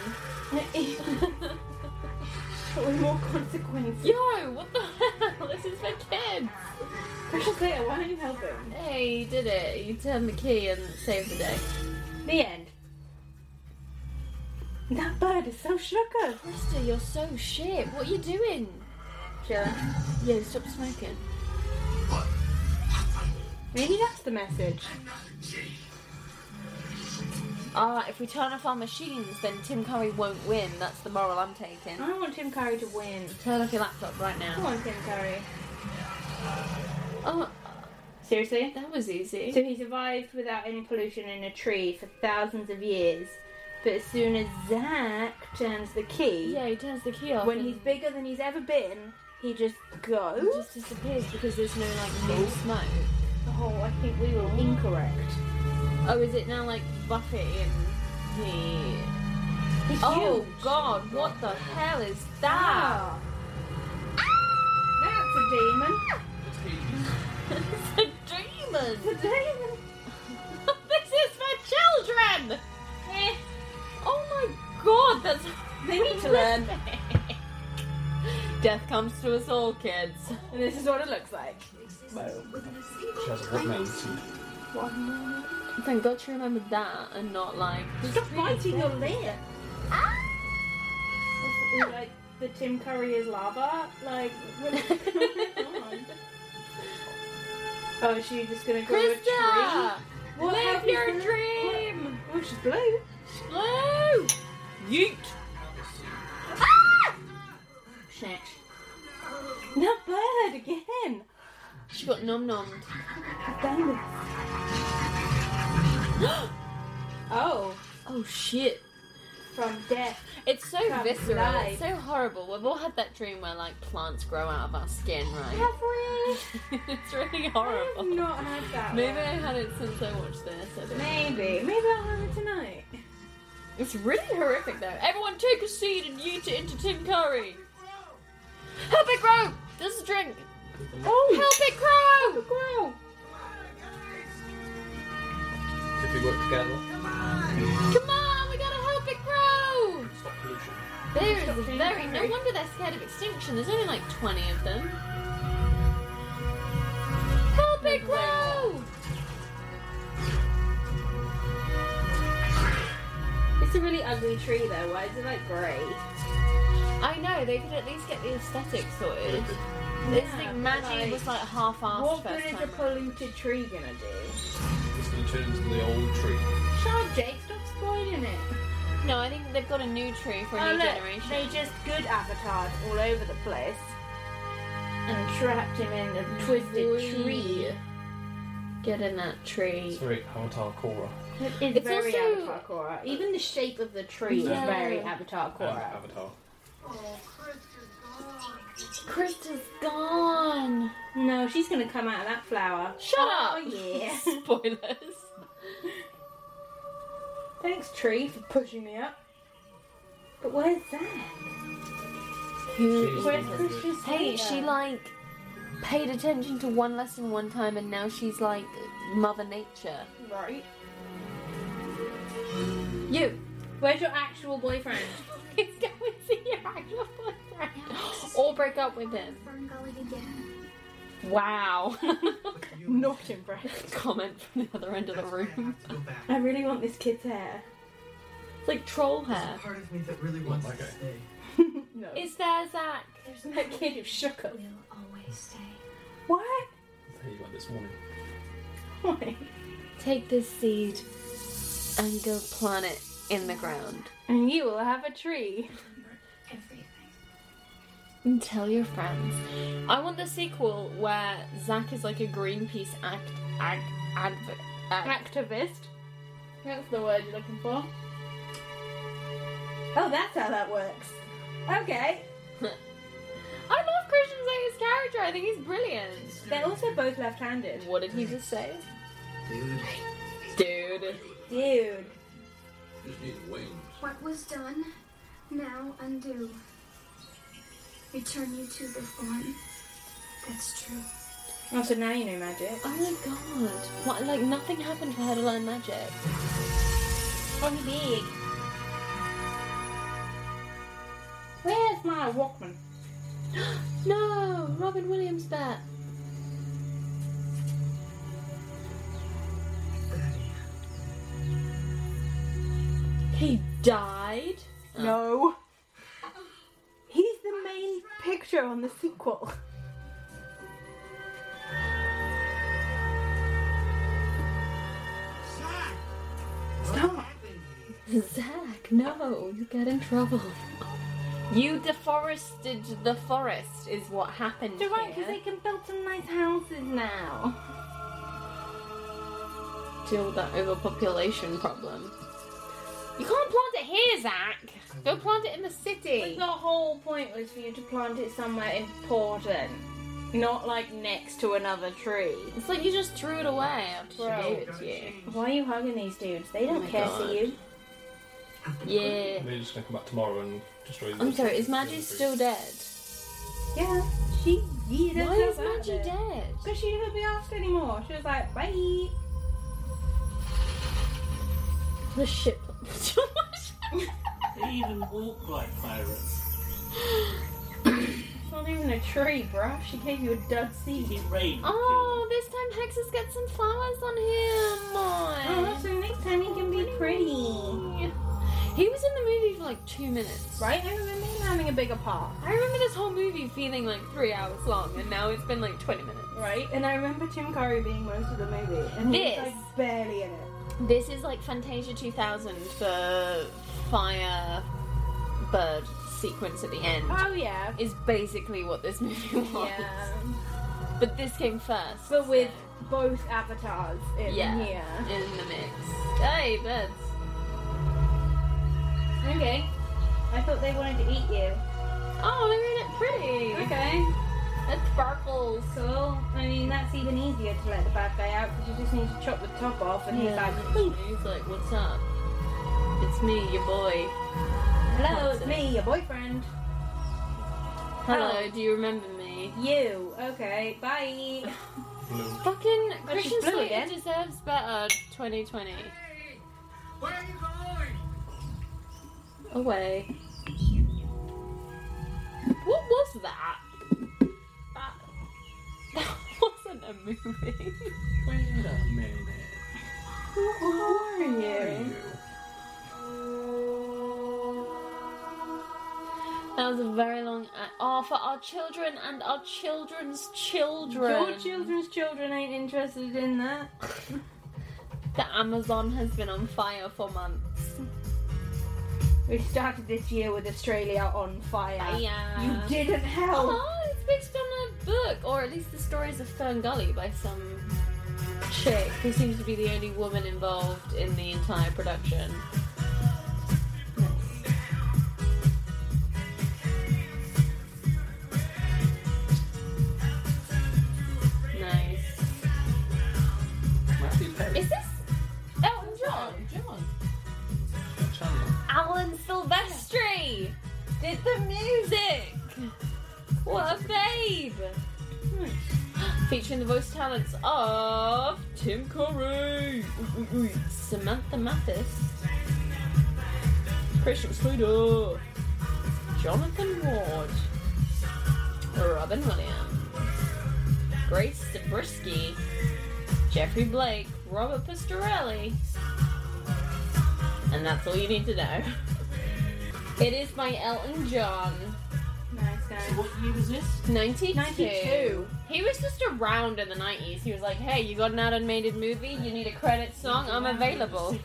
Speaker 3: With more consequences.
Speaker 1: Yo, what the hell? This is for kids.
Speaker 3: Precious Leia, why don't you help him?
Speaker 1: Hey, you did it. You turned the key and saved the day.
Speaker 3: The end. That bird is so shooketh.
Speaker 1: Krista, you're so shit. What are you doing? Sharon. Yeah, stop smoking.
Speaker 3: Maybe that's the message.
Speaker 1: Ah, if we turn off our machines, then Tim Curry won't win. That's the moral I'm taking.
Speaker 3: I want Tim Curry to win.
Speaker 1: Turn off your laptop right
Speaker 3: Come
Speaker 1: now.
Speaker 3: on, Tim Curry.
Speaker 1: Oh,
Speaker 3: Seriously?
Speaker 1: that was easy.
Speaker 3: So he survived without any pollution in a tree for thousands of years. But as soon as Zack turns the key,
Speaker 1: Yeah, he turns the key off.
Speaker 3: when
Speaker 1: and
Speaker 3: he's bigger than he's ever been, he just goes.
Speaker 1: it just disappears because there's no like new smoke.
Speaker 3: Oh, I think we were incorrect.
Speaker 1: Oh, is it now like Buffy and the?
Speaker 3: He's
Speaker 1: Oh
Speaker 3: huge.
Speaker 1: God, what the hell is that?
Speaker 3: Ah. That's
Speaker 1: it's a
Speaker 3: a demon.
Speaker 1: demon.
Speaker 3: It's a demon.
Speaker 1: this is for children.
Speaker 3: Eh,
Speaker 1: Oh my God, that's
Speaker 3: They need to learn.
Speaker 1: Death comes to us all, kids.
Speaker 3: And this is what it looks like.
Speaker 2: She has a woodman suit.
Speaker 1: Thank God she remembered that and not like.
Speaker 3: Stop biting your lip. Ah! It's Like the Tim Curry is lava. Like, what is going on? Oh, is she just gonna grow a tree?
Speaker 1: Krista,
Speaker 3: What
Speaker 1: live
Speaker 3: happens
Speaker 1: your
Speaker 3: when-
Speaker 1: dream.
Speaker 3: Oh, she's blue.
Speaker 1: Blue. Yeet.
Speaker 3: Ah! Snatch. That bird again.
Speaker 1: She got nom nommed.
Speaker 3: I've done this. oh,
Speaker 1: Oh shit.
Speaker 3: from death.
Speaker 1: It's so
Speaker 3: Come
Speaker 1: visceral.
Speaker 3: alive.
Speaker 1: It's so horrible. We've all had that dream where like plants grow out of our skin, right?
Speaker 3: Have we?
Speaker 1: it's really
Speaker 3: I have
Speaker 1: horrible.
Speaker 3: not had that.
Speaker 1: Maybe
Speaker 3: one.
Speaker 1: I had it since I watched this. I don't know.
Speaker 3: Maybe. Maybe I'll have it tonight.
Speaker 1: It's really horrific though. Everyone take a seed and yeet it into Tim Curry. Help it grow! This is a drink.
Speaker 3: Oh,
Speaker 1: Help it grow!
Speaker 3: grow.
Speaker 2: If we work together,
Speaker 1: Come on, we gotta help it grow!
Speaker 2: stop pollution.
Speaker 1: There
Speaker 3: Stop
Speaker 1: is
Speaker 3: being
Speaker 1: very no
Speaker 3: angry.
Speaker 1: wonder they're scared of extinction. There's only like twenty of them. Help it grow!
Speaker 3: It's a really ugly tree though. Why is it like grey?
Speaker 1: I know they could at least get the aesthetic sorted. This
Speaker 3: Yeah,
Speaker 1: thing Maggie
Speaker 3: like,
Speaker 1: was like half-assed
Speaker 3: What
Speaker 1: first
Speaker 3: good is
Speaker 1: time.
Speaker 3: a polluted tree gonna do?
Speaker 2: It's going to turn into the old tree.
Speaker 3: Shut up, Jake. Stop spoiling it.
Speaker 1: No, I think they've got a new tree for a
Speaker 3: Oh,
Speaker 1: new
Speaker 3: look,
Speaker 1: generation.
Speaker 3: They just good avatars all over the place and trapped him in a twisted tree.
Speaker 1: Get in that tree.
Speaker 2: It's very Avatar Korra.
Speaker 3: It's,
Speaker 1: It's
Speaker 3: very
Speaker 1: also-
Speaker 3: Avatar Korra. Even the shape of the tree
Speaker 1: Yeah.
Speaker 3: is very Avatar
Speaker 2: And
Speaker 3: Korra.
Speaker 2: Avatar.
Speaker 11: Oh,
Speaker 1: Krista's gone.
Speaker 3: No, she's gonna come out of that flower.
Speaker 1: Shut
Speaker 3: oh,
Speaker 1: up.
Speaker 3: yeah.
Speaker 1: Spoilers.
Speaker 3: Thanks, tree, for pushing me up. But where's that?
Speaker 2: She's
Speaker 3: Where's
Speaker 2: the-
Speaker 3: Christian?
Speaker 1: Hey, she like paid attention to one lesson one time, and now she's like Mother Nature.
Speaker 3: right.
Speaker 1: You.
Speaker 3: Where's your actual boyfriend?
Speaker 1: Please go and see your actual boyfriend. or break up with him.
Speaker 11: Ferngully again.
Speaker 1: Wow.
Speaker 3: Not impressed.
Speaker 1: Comment from the other end of the room.
Speaker 3: I really want this kid's hair.
Speaker 1: It's like troll hair.
Speaker 6: Part of me that really wants to stay.
Speaker 3: No.
Speaker 1: Is there, Zach?
Speaker 3: There's that kid who shook us.
Speaker 1: Always stay.
Speaker 3: What?
Speaker 2: There you go this morning.
Speaker 1: Take this seed and go plant it in the ground.
Speaker 3: And you will have a tree.
Speaker 1: And tell your friends. I want the sequel where Zach is like a Greenpeace act, act, adv- act.
Speaker 3: Activist. That's the word you're looking for. Oh, that's how that works. Okay.
Speaker 1: I love Christian Slater's character. I think he's brilliant.
Speaker 3: They're also both left-handed.
Speaker 1: What did he just say? Dude.
Speaker 3: Dude.
Speaker 11: What was done, now undo. Return you to the form. That's true.
Speaker 3: Oh, so now you know magic.
Speaker 1: Oh my god. What, like, nothing happened for her to learn magic.
Speaker 3: Oh, big. Where's my Walkman?
Speaker 1: no! Robin Williams bat. He died?
Speaker 3: No. He's the main picture on the sequel. Stop.
Speaker 1: Zach, no, you get in trouble. You deforested the forest, is what happened.
Speaker 3: You're right,
Speaker 1: here.
Speaker 3: because they can build some nice houses now.
Speaker 1: deal with that overpopulation problem. You can't plant it here, Zach. Go plant it in the city.
Speaker 3: The whole point was for you to plant it somewhere important, not like next to another tree.
Speaker 1: It's like you just threw it away after
Speaker 3: Bro.
Speaker 1: she gave it to you.
Speaker 3: Why are you hugging these dudes? They
Speaker 1: Oh
Speaker 3: don't
Speaker 1: my
Speaker 3: care
Speaker 1: God.
Speaker 3: for you.
Speaker 1: Yeah.
Speaker 2: They're just gonna come back tomorrow and destroy.
Speaker 1: I'm
Speaker 2: the-
Speaker 1: sorry, is Maggie still dead?
Speaker 3: Yeah, she yeeted
Speaker 1: Why
Speaker 3: herself
Speaker 1: is
Speaker 3: out of
Speaker 1: Maggie
Speaker 3: it.
Speaker 1: dead?
Speaker 3: Because she didn't be asked anymore. She was like, bye.
Speaker 1: The ship.
Speaker 5: They even walk like pirates.
Speaker 3: It's not even a tree, bruh. She gave you a dud seed.
Speaker 5: Rain.
Speaker 1: oh, this time Hex has got some flowers on him.
Speaker 3: Oh, so next time he can be pretty.
Speaker 1: Uh-huh. He was in the movie for like two minutes.
Speaker 3: Right? I remember him having a bigger part.
Speaker 1: I remember this whole movie feeling like three hours long, and now it's been like 20 minutes.
Speaker 3: Right? And I remember Tim Curry being most of the movie. And he
Speaker 1: This.
Speaker 3: was like barely in it.
Speaker 1: This is like Fantasia 2000 for Fire Bird sequence at the end.
Speaker 3: Oh, yeah.
Speaker 1: Is basically what this movie was.
Speaker 3: Yeah.
Speaker 1: But this came first.
Speaker 3: But with both avatars in
Speaker 1: yeah,
Speaker 3: here.
Speaker 1: in the mix. Hey, birds.
Speaker 3: Okay. I thought they wanted to eat you.
Speaker 1: Oh, they're in it pretty.
Speaker 3: Okay.
Speaker 1: It sparkles.
Speaker 3: Cool. I mean, that's even easier to let the bad guy out because you just need to chop the top off and he's like,
Speaker 1: he's like, what's up? It's me, your boy.
Speaker 3: hello, it's me, your boyfriend.
Speaker 1: Hello, do you remember me?
Speaker 3: You. Okay, bye.
Speaker 1: Fucking
Speaker 3: Oh, she's
Speaker 1: Christian
Speaker 3: blue
Speaker 1: Slater
Speaker 3: again.
Speaker 1: deserves better 2020.
Speaker 9: Where are you going?
Speaker 1: Away. What was that? That, that wasn't a movie.
Speaker 5: Wait a minute.
Speaker 3: Who are you?
Speaker 1: That was a very long. Oh, for our children and our children's children.
Speaker 3: Your children's children ain't interested in that.
Speaker 1: The Amazon has been on fire for months.
Speaker 3: We started this year with Australia on fire. You didn't help.
Speaker 1: Oh, it's based on a book, or at least the stories of Fern Gully by some chick who seems to be the only woman involved in the entire production. Nice.
Speaker 2: Matthew Perry.
Speaker 1: Is this Elton John? John. Alan Silvestri did the music. What a babe! Hmm. Featuring the voice talents of Tim Curry, Ooh, ooh, ooh. Samantha Mathis, Christian Slater, Jonathan Ward, Robin Williams, Grace Zabriskie, Jeffrey Blake, Robert Pastorelli. And that's all you need to know. It is by Elton John.
Speaker 3: Nice guy.
Speaker 1: what year was this? 92.
Speaker 3: 92.
Speaker 1: He was just around in the 90s. He was like, hey, you got an animated movie? You need a credit song? I'm available.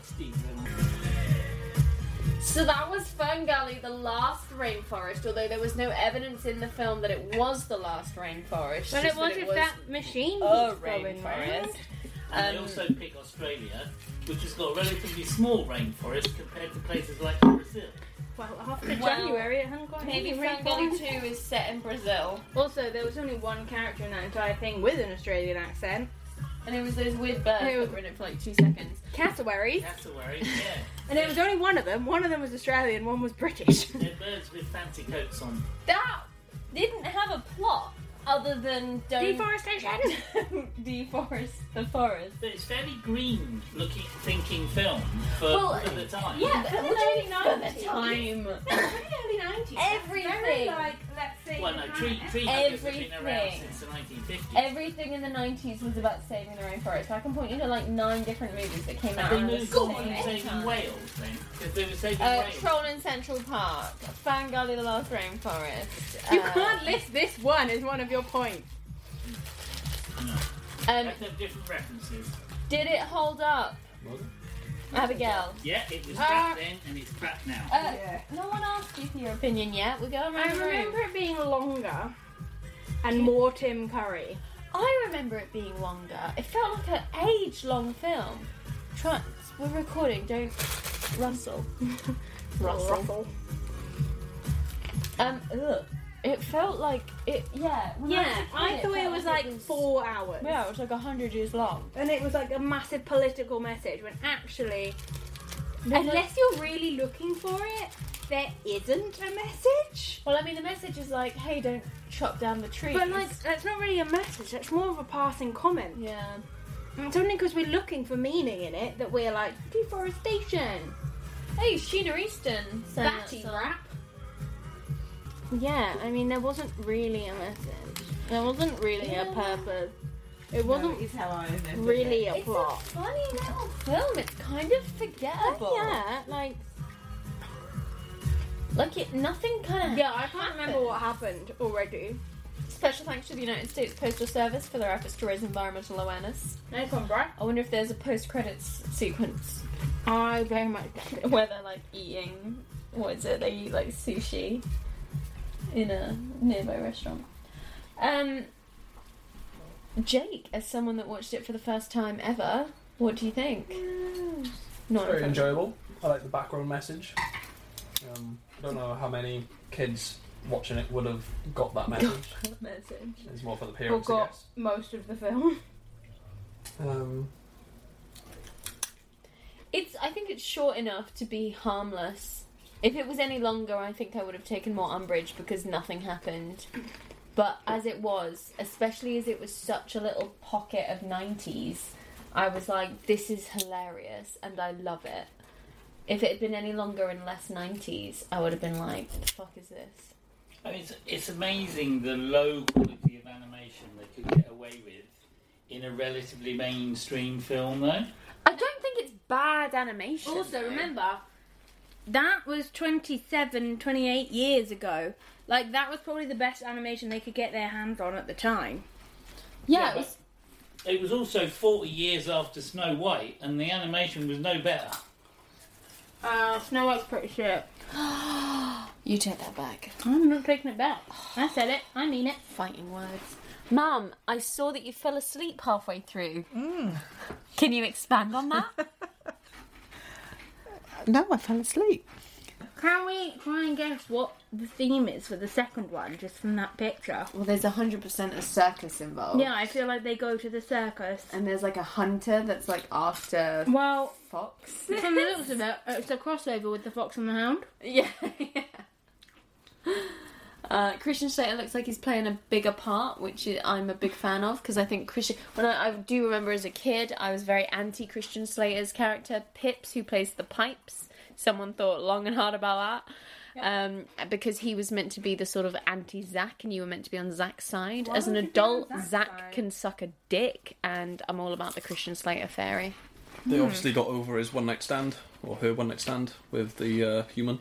Speaker 1: So that was Ferngully, the last rainforest, although there was no evidence in the film that it was the last rainforest.
Speaker 3: But
Speaker 1: just
Speaker 3: it was if
Speaker 1: was
Speaker 3: that machine
Speaker 1: a
Speaker 3: keeps going round.
Speaker 1: rainforest.
Speaker 5: And they
Speaker 1: Um,
Speaker 5: also pick Australia, which has got a relatively small rainforest compared to places like Brazil.
Speaker 3: Well, after
Speaker 1: Well,
Speaker 3: January, it hadn't got
Speaker 1: maybe
Speaker 3: any
Speaker 1: Ferngully
Speaker 3: rainforest.
Speaker 1: 2 is set in Brazil.
Speaker 3: Also, there was only one character in that entire thing with an Australian accent.
Speaker 1: And it was those weird birds
Speaker 3: Who-
Speaker 1: that were in it for like two seconds.
Speaker 3: Cassowaries.
Speaker 5: Cassowary, yeah.
Speaker 3: And there was only one of them. One of them was Australian, one was British.
Speaker 5: They're birds with fancy coats on.
Speaker 1: That didn't have a plot other than don't
Speaker 3: Deforestation.
Speaker 1: deforest the forest.
Speaker 5: But it's very green looking, thinking film for,
Speaker 1: Well,
Speaker 5: for the time.
Speaker 1: Yeah,
Speaker 3: For the
Speaker 1: what do you mean for
Speaker 3: 90s?
Speaker 1: the time?
Speaker 3: Early 90s. That's very,
Speaker 1: Everything.
Speaker 3: like, let's see.
Speaker 5: Well, no, tree, tree huggers have been around
Speaker 1: Everything.
Speaker 5: since the 1950s.
Speaker 1: Everything in the 90s was about saving the rainforest. I can point you to like nine different movies that came out
Speaker 5: Have they
Speaker 1: around the
Speaker 5: moved on
Speaker 1: same
Speaker 5: from saving
Speaker 1: time.
Speaker 5: Wales then? Because they were saving
Speaker 1: Uh,
Speaker 5: Wales.
Speaker 1: Troll in Central Park, Fangirl in the Last Rainforest.
Speaker 3: You
Speaker 1: uh,
Speaker 3: can't list this one as one of your points.
Speaker 1: Um,
Speaker 5: They have different references.
Speaker 1: did it hold up, Abigail?
Speaker 5: Yeah, it was
Speaker 1: Ah.
Speaker 5: crap then and it's crap now.
Speaker 1: Uh, No one asked you for your opinion yet. We go around
Speaker 3: I
Speaker 1: the room.
Speaker 3: remember it being longer and more Tim Curry.
Speaker 1: I remember it being longer. It felt like an age-long film. Trance, we're recording. Don't rustle. Russell.
Speaker 3: Russell.
Speaker 1: Um, ugh. It felt like it. Yeah. when
Speaker 3: Yeah,
Speaker 1: was a kid,
Speaker 3: I thought it
Speaker 1: felt
Speaker 3: was like four hours.
Speaker 1: Yeah, it was like hundred years long.
Speaker 3: And it was like a massive political message when actually,
Speaker 1: There's
Speaker 3: unless you're really looking for it, there isn't a message.
Speaker 1: Well, I mean, the message is like, hey, don't chop down the trees.
Speaker 3: But like, that's not really a message, that's more of a passing comment.
Speaker 1: yeah.
Speaker 3: And It's only because we're looking for meaning in it that we're like, deforestation.
Speaker 1: Hey, Sheena Easton. sang that
Speaker 3: Batty
Speaker 1: song.
Speaker 3: rap. Yeah, I mean, there wasn't really a message. There wasn't really a
Speaker 1: Yeah.
Speaker 3: purpose. It wasn't
Speaker 4: is how I remember
Speaker 3: really
Speaker 4: it.
Speaker 3: a
Speaker 1: It's
Speaker 3: plot.
Speaker 1: a funny little film. It's kind of forgettable.
Speaker 3: yeah, like
Speaker 1: Like it, nothing kind of.
Speaker 3: yeah, I can't remember what happened already.
Speaker 1: Special thanks to the United States Postal Service for their efforts to raise environmental awareness.
Speaker 3: Nice one, Brad.
Speaker 1: I wonder if there's a post-credits sequence
Speaker 3: I very much doubt it.
Speaker 1: where they're like eating. What is it? They eat like sushi in a nearby restaurant. Um, Jake, as someone that watched it for the first time ever, what do you think? Not
Speaker 2: Very
Speaker 1: in front-
Speaker 2: enjoyable. I like the background message. Um, I don't know how many kids watching it would have got that message.
Speaker 1: message.
Speaker 2: It's more for the
Speaker 3: Or
Speaker 2: parents, I
Speaker 3: got
Speaker 2: guess.
Speaker 3: most of the film.
Speaker 2: Um,
Speaker 1: It's. I think it's short enough to be harmless. If it was any longer, I think I would have taken more umbrage because nothing happened. But as it was, especially as it was such a little pocket of nineties, I was like, "This is hilarious," and I love it. If it had been any longer and less nineties, I would have been like, "The fuck is this?"
Speaker 5: I mean, it's, it's amazing the low quality of animation they could get away with in a relatively mainstream film, though.
Speaker 1: I don't think it's bad animation.
Speaker 3: Also, remember, that was 27, 28 years ago. Like, that was probably the best animation they could get their hands on at the time.
Speaker 1: yeah,
Speaker 5: it was- It was also 40 years after Snow White, and the animation was no better.
Speaker 3: Uh, Snow White's pretty shit.
Speaker 1: you take that back.
Speaker 3: I'm not taking it back. I said it. I mean it.
Speaker 1: Fighting words. Mum, I saw that you fell asleep halfway through. Can you expand on that?
Speaker 4: No, I fell asleep.
Speaker 3: Can we try and guess what the theme is for the second one, just from that picture?
Speaker 1: Well, there's 100% a circus involved.
Speaker 3: Yeah, I feel like they go to the circus.
Speaker 1: And there's like a hunter that's like after
Speaker 3: Well,
Speaker 1: Fox.
Speaker 3: from the looks of it, it's a crossover with the Fox and the Hound.
Speaker 1: Yeah. yeah. Uh, Christian Slater looks like he's playing a bigger part, which i- I'm a big fan of because I think Christian. When I, I do remember as a kid, I was very anti Christian Slater's character Pips, who plays the pipes. Someone thought long and hard about that. Um, because he was meant to be the sort of anti Zack, and you were meant to be on Zack's side.
Speaker 3: Why
Speaker 1: As an
Speaker 3: would you be on
Speaker 1: adult,
Speaker 3: Zack's
Speaker 1: Zack can suck a dick, and I'm all about the Christian Slater fairy. Hmm.
Speaker 2: They obviously got over his one night stand, or her one night stand, with the uh, human.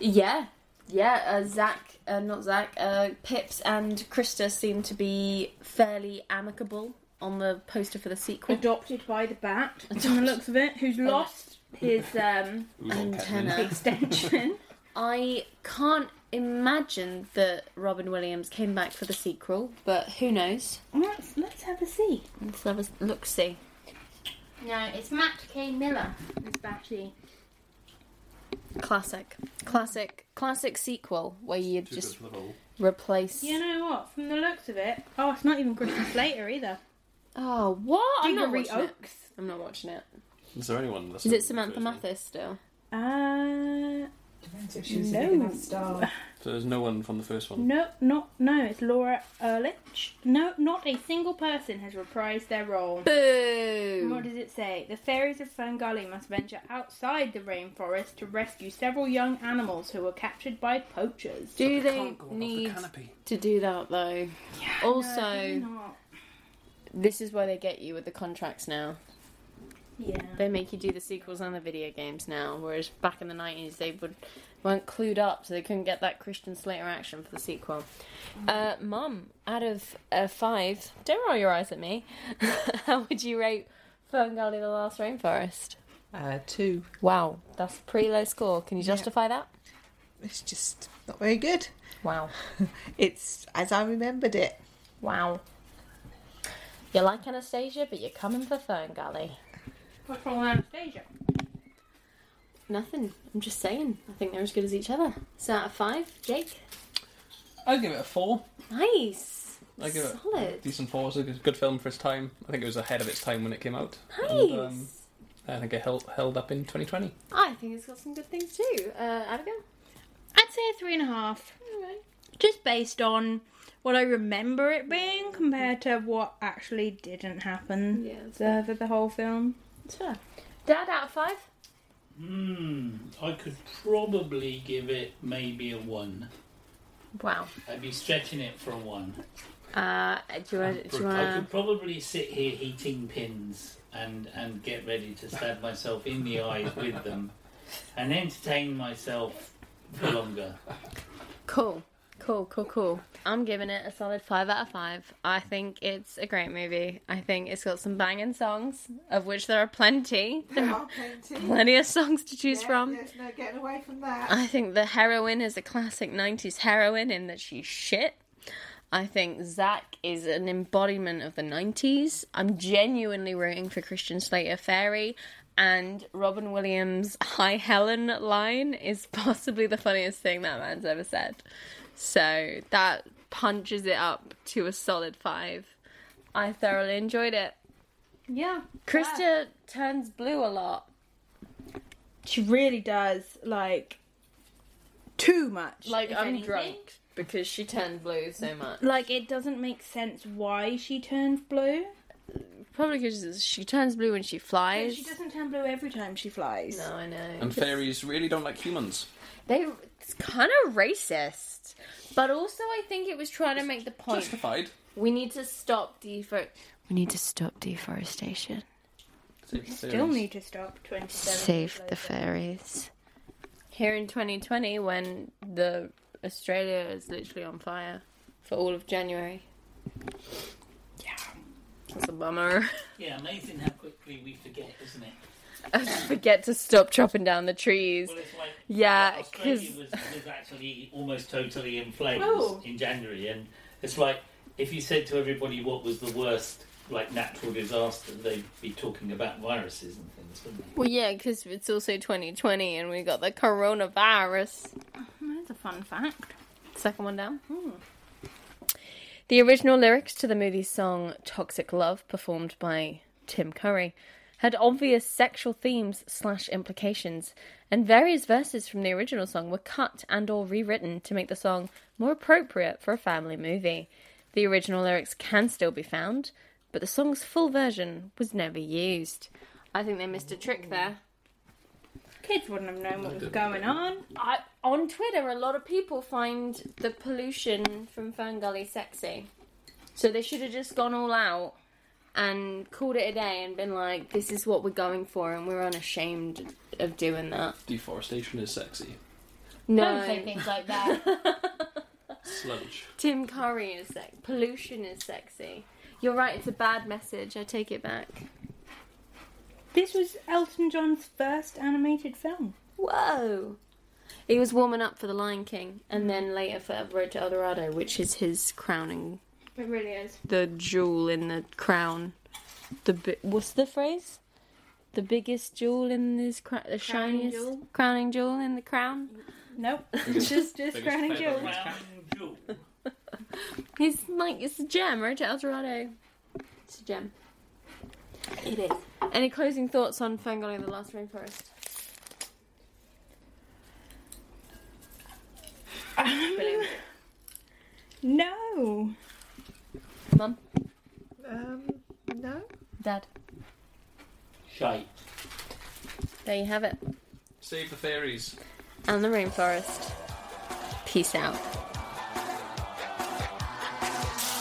Speaker 1: Yeah, yeah. Uh, Zach, uh, not Zach. Uh, Pips and Krista seem to be fairly amicable on the poster for the sequel.
Speaker 3: Adopted by the bat, from the looks of it, who's lost his um,
Speaker 1: antenna
Speaker 3: extension.
Speaker 1: I can't imagine that Robin Williams came back for the sequel, but who knows?
Speaker 3: Let's let's have a see.
Speaker 1: Let's have a look. See.
Speaker 3: No, it's Matt K. Miller. It's Batty.
Speaker 1: Classic, classic, classic sequel where you just
Speaker 2: for the role.
Speaker 1: replace.
Speaker 3: You know what? From the looks of it, oh, it's not even Christian Slater either.
Speaker 1: Oh, what? I'm not
Speaker 3: Diggory
Speaker 1: watching it. I'm not watching it.
Speaker 2: Is there anyone?
Speaker 1: Is it Samantha Mathis still?
Speaker 3: Uh,
Speaker 1: she was
Speaker 3: no.
Speaker 1: thinking of
Speaker 2: So there's no one from the first one.
Speaker 3: No, not no. It's Laura Erlich. No, not a single person has reprised their role.
Speaker 1: Boo!
Speaker 3: What does it say? The fairies of Fangali must venture outside the rainforest to rescue several young animals who were captured by poachers.
Speaker 1: Do they need to do that though? also, this is where they get you with the contracts now.
Speaker 3: Yeah.
Speaker 1: They make you do the sequels and the video games now, whereas back in the nineties they would weren't clued up, so they couldn't get that Christian Slater action for the sequel. Uh, Mum, out of uh, five, don't roll your eyes at me. How would you rate Ferngully the Last Rainforest?
Speaker 20: Uh, two.
Speaker 1: Wow, that's a pretty low score. Can you justify that?
Speaker 20: It's just not very good.
Speaker 1: Wow.
Speaker 20: it's as I remembered it.
Speaker 1: Wow. You like Anastasia, but you're coming for Ferngully.
Speaker 3: What's wrong with Anastasia?
Speaker 1: Nothing. I'm just saying. I think they're as good as each other. So out of five, Jake.
Speaker 2: I give it a four.
Speaker 1: Nice.
Speaker 2: I give it a
Speaker 1: Solid.
Speaker 2: uh, decent four. It's a good film for its time. I think it was ahead of its time when it came out.
Speaker 1: Nice.
Speaker 2: And, um, I think it held, held up in 2020.
Speaker 1: I think it's got some good things too. Uh, Abigail.
Speaker 3: I'd say a three and a half. Just based on what I remember it being compared to what actually didn't happen
Speaker 1: yeah,
Speaker 3: over the whole film.
Speaker 1: Sure. Dad out of five.
Speaker 5: Hmm, I could probably give it maybe a one.
Speaker 1: Wow.
Speaker 5: I'd be stretching it for a one.
Speaker 1: Uh, do you want? Do you
Speaker 5: I
Speaker 1: want?
Speaker 5: could probably sit here heating pins and, and get ready to stab myself in the eyes with them and entertain myself for longer.
Speaker 1: Cool. Cool, cool, cool. I'm giving it a solid five out of five. I think it's a great movie. I think it's got some banging songs, of which there are plenty. There are
Speaker 4: plenty.
Speaker 1: plenty of songs to choose
Speaker 4: Yeah,
Speaker 1: from.
Speaker 4: There's no getting away from that.
Speaker 1: I think the heroine is a classic 90s heroine in that she's shit. I think Zack is an embodiment of the 90s. I'm genuinely rooting for Christian Slater Fairy, and Robin Williams' Hi Helen line is possibly the funniest thing that man's ever said. So that punches it up to a solid five. I thoroughly enjoyed it.
Speaker 3: Yeah.
Speaker 1: Krista turns blue a lot.
Speaker 3: She really does, like, too much.
Speaker 1: Like,
Speaker 3: if
Speaker 1: I'm
Speaker 3: anything.
Speaker 1: drunk because she turned blue so much.
Speaker 3: Like, it doesn't make sense why she turns blue.
Speaker 1: Probably because she turns blue when she flies.
Speaker 3: She doesn't turn blue every time she flies.
Speaker 1: No, I know.
Speaker 2: And fairies really don't like humans.
Speaker 1: They it's kind of racist, but also I think it was trying to make the point.
Speaker 2: Justified.
Speaker 1: We need to stop defer. We need to stop deforestation.
Speaker 2: We
Speaker 3: Still need to stop 27.
Speaker 1: Save the fairies. Here in 2020, when the Australia is literally on fire for all of January. Yeah, that's a bummer.
Speaker 5: Yeah, amazing how quickly we forget, isn't it?
Speaker 1: I forget to stop chopping down the trees.
Speaker 5: Well, it's like
Speaker 1: yeah,
Speaker 5: Australia
Speaker 1: because
Speaker 5: was, was actually almost totally in flames
Speaker 1: Oh.
Speaker 5: in January, and it's like if you said to everybody what was the worst like natural disaster, they'd be talking about viruses and things, wouldn't
Speaker 1: well, yeah, because it's also 2020, and we got the coronavirus.
Speaker 3: That's a fun fact. Hmm.
Speaker 1: Second one down. The original lyrics to the movie's song Toxic Love, performed by Tim Curry, had obvious sexual themes slash implications, and various verses from the original song were cut and or rewritten to make the song more appropriate for a family movie. The original lyrics can still be found, but the song's full version was never used. I think they missed a trick there.
Speaker 3: Kids wouldn't have known what was
Speaker 21: didn't
Speaker 3: going on.
Speaker 1: I, on Twitter, a lot of people find the pollution from Ferngully sexy. So they should have just gone all out and called it a day and been like, this is what we're going for and we're unashamed of doing that.
Speaker 2: Deforestation is sexy.
Speaker 1: No.
Speaker 3: Don't say things like that.
Speaker 2: Sludge.
Speaker 1: Tim Curry is sexy. Pollution is sexy. You're right, it's a bad message. I take it back.
Speaker 3: This was Elton John's first animated film.
Speaker 1: Whoa! He was warming up for The Lion King and then later for Road to El Dorado, which is his crowning
Speaker 3: It really is.
Speaker 1: the jewel in the crown. The bi- what's the phrase? The biggest jewel in this crown, the
Speaker 3: Crowning
Speaker 1: shiniest
Speaker 3: jewel?
Speaker 1: crowning jewel in the crown.
Speaker 3: Nope,
Speaker 1: Biggest-
Speaker 3: just just
Speaker 1: biggest
Speaker 3: crowning
Speaker 1: fan.
Speaker 3: jewel.
Speaker 1: He's like it's a gem, right, El Dorado? It's a gem. It is. Any closing thoughts on Fangoli and the Last Rainforest? Brilliant.
Speaker 3: No.
Speaker 1: Mum,
Speaker 22: Um, no.
Speaker 1: Dad,
Speaker 5: Shite.
Speaker 1: there you have it,
Speaker 2: Save the fairies.
Speaker 1: and the rainforest. Peace out.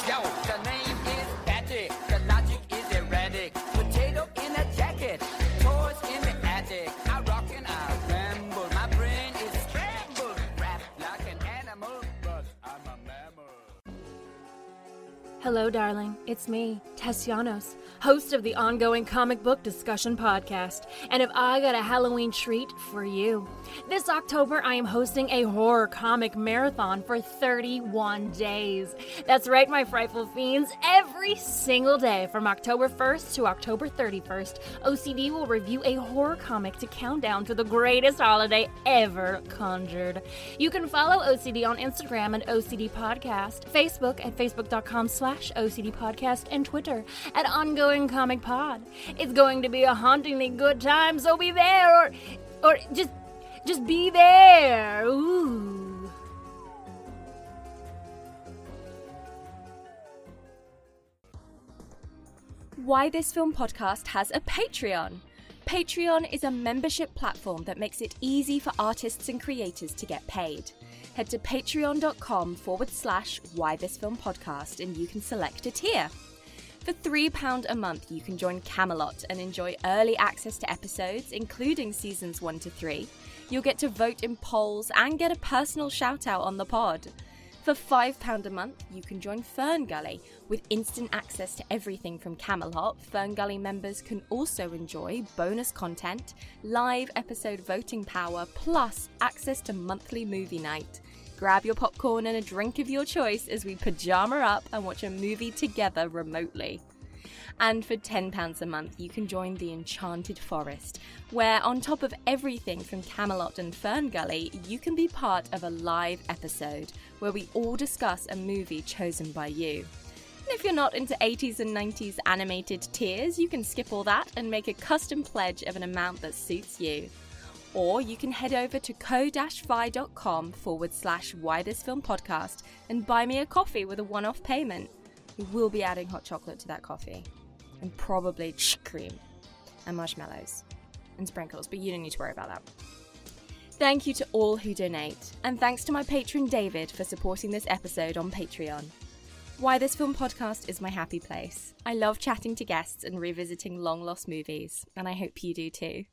Speaker 4: Yo, the name is Patrick. The logic is erratic. Potato in a jacket, toys in the attic. I rock and I ramble. My brain is scrambled. Rap like an animal, but I'm a mammal.
Speaker 23: Hello, darling. It's me, Tessianos, host of the ongoing comic book discussion podcast. And if I got a Halloween treat for you, this October I am hosting a horror comic marathon for 31 days. That's right, my frightful fiends. Every single day from October 1st to October 31st, OCD will review a horror comic to count down to the greatest holiday ever conjured. You can follow OCD on Instagram and OCD Podcast, Facebook at facebook.com slash OCD Podcast, and Twitter at ongoing comic pod. It's going to be a hauntingly good time, so be there or or just just be there. Ooh.
Speaker 8: Why This Film Podcast has a Patreon. Patreon is a membership platform that makes it easy for artists and creators to get paid. Head to patreon.com forward slash why this film podcast and you can select a tier. For £3 a month, you can join Camelot and enjoy early access to episodes, including seasons 1 to 3. You'll get to vote in polls and get a personal shout out on the pod. For £5 a month, you can join Ferngully with instant access to everything from Camelot. Ferngully members can also enjoy bonus content, live episode voting power, plus access to monthly movie night. Grab your popcorn and a drink of your choice as we pajama up and watch a movie together remotely. And for £10 a month, you can join the Enchanted Forest, where, on top of everything from Camelot and Ferngully, you can be part of a live episode where we all discuss a movie chosen by you. And if you're not into 80s and 90s animated tiers, you can skip all that and make a custom pledge of an amount that suits you. Or you can head over to co-fi.com forward slash why this film podcast and buy me a coffee with a one-off payment. We will be adding hot chocolate to that coffee. And probably cream and marshmallows and sprinkles, but you don't need to worry about that. Thank you to all who donate, and thanks to my patron David for supporting this episode on Patreon. Why This Film Podcast is my happy place. I love chatting to guests and revisiting long lost movies, and I hope you do too.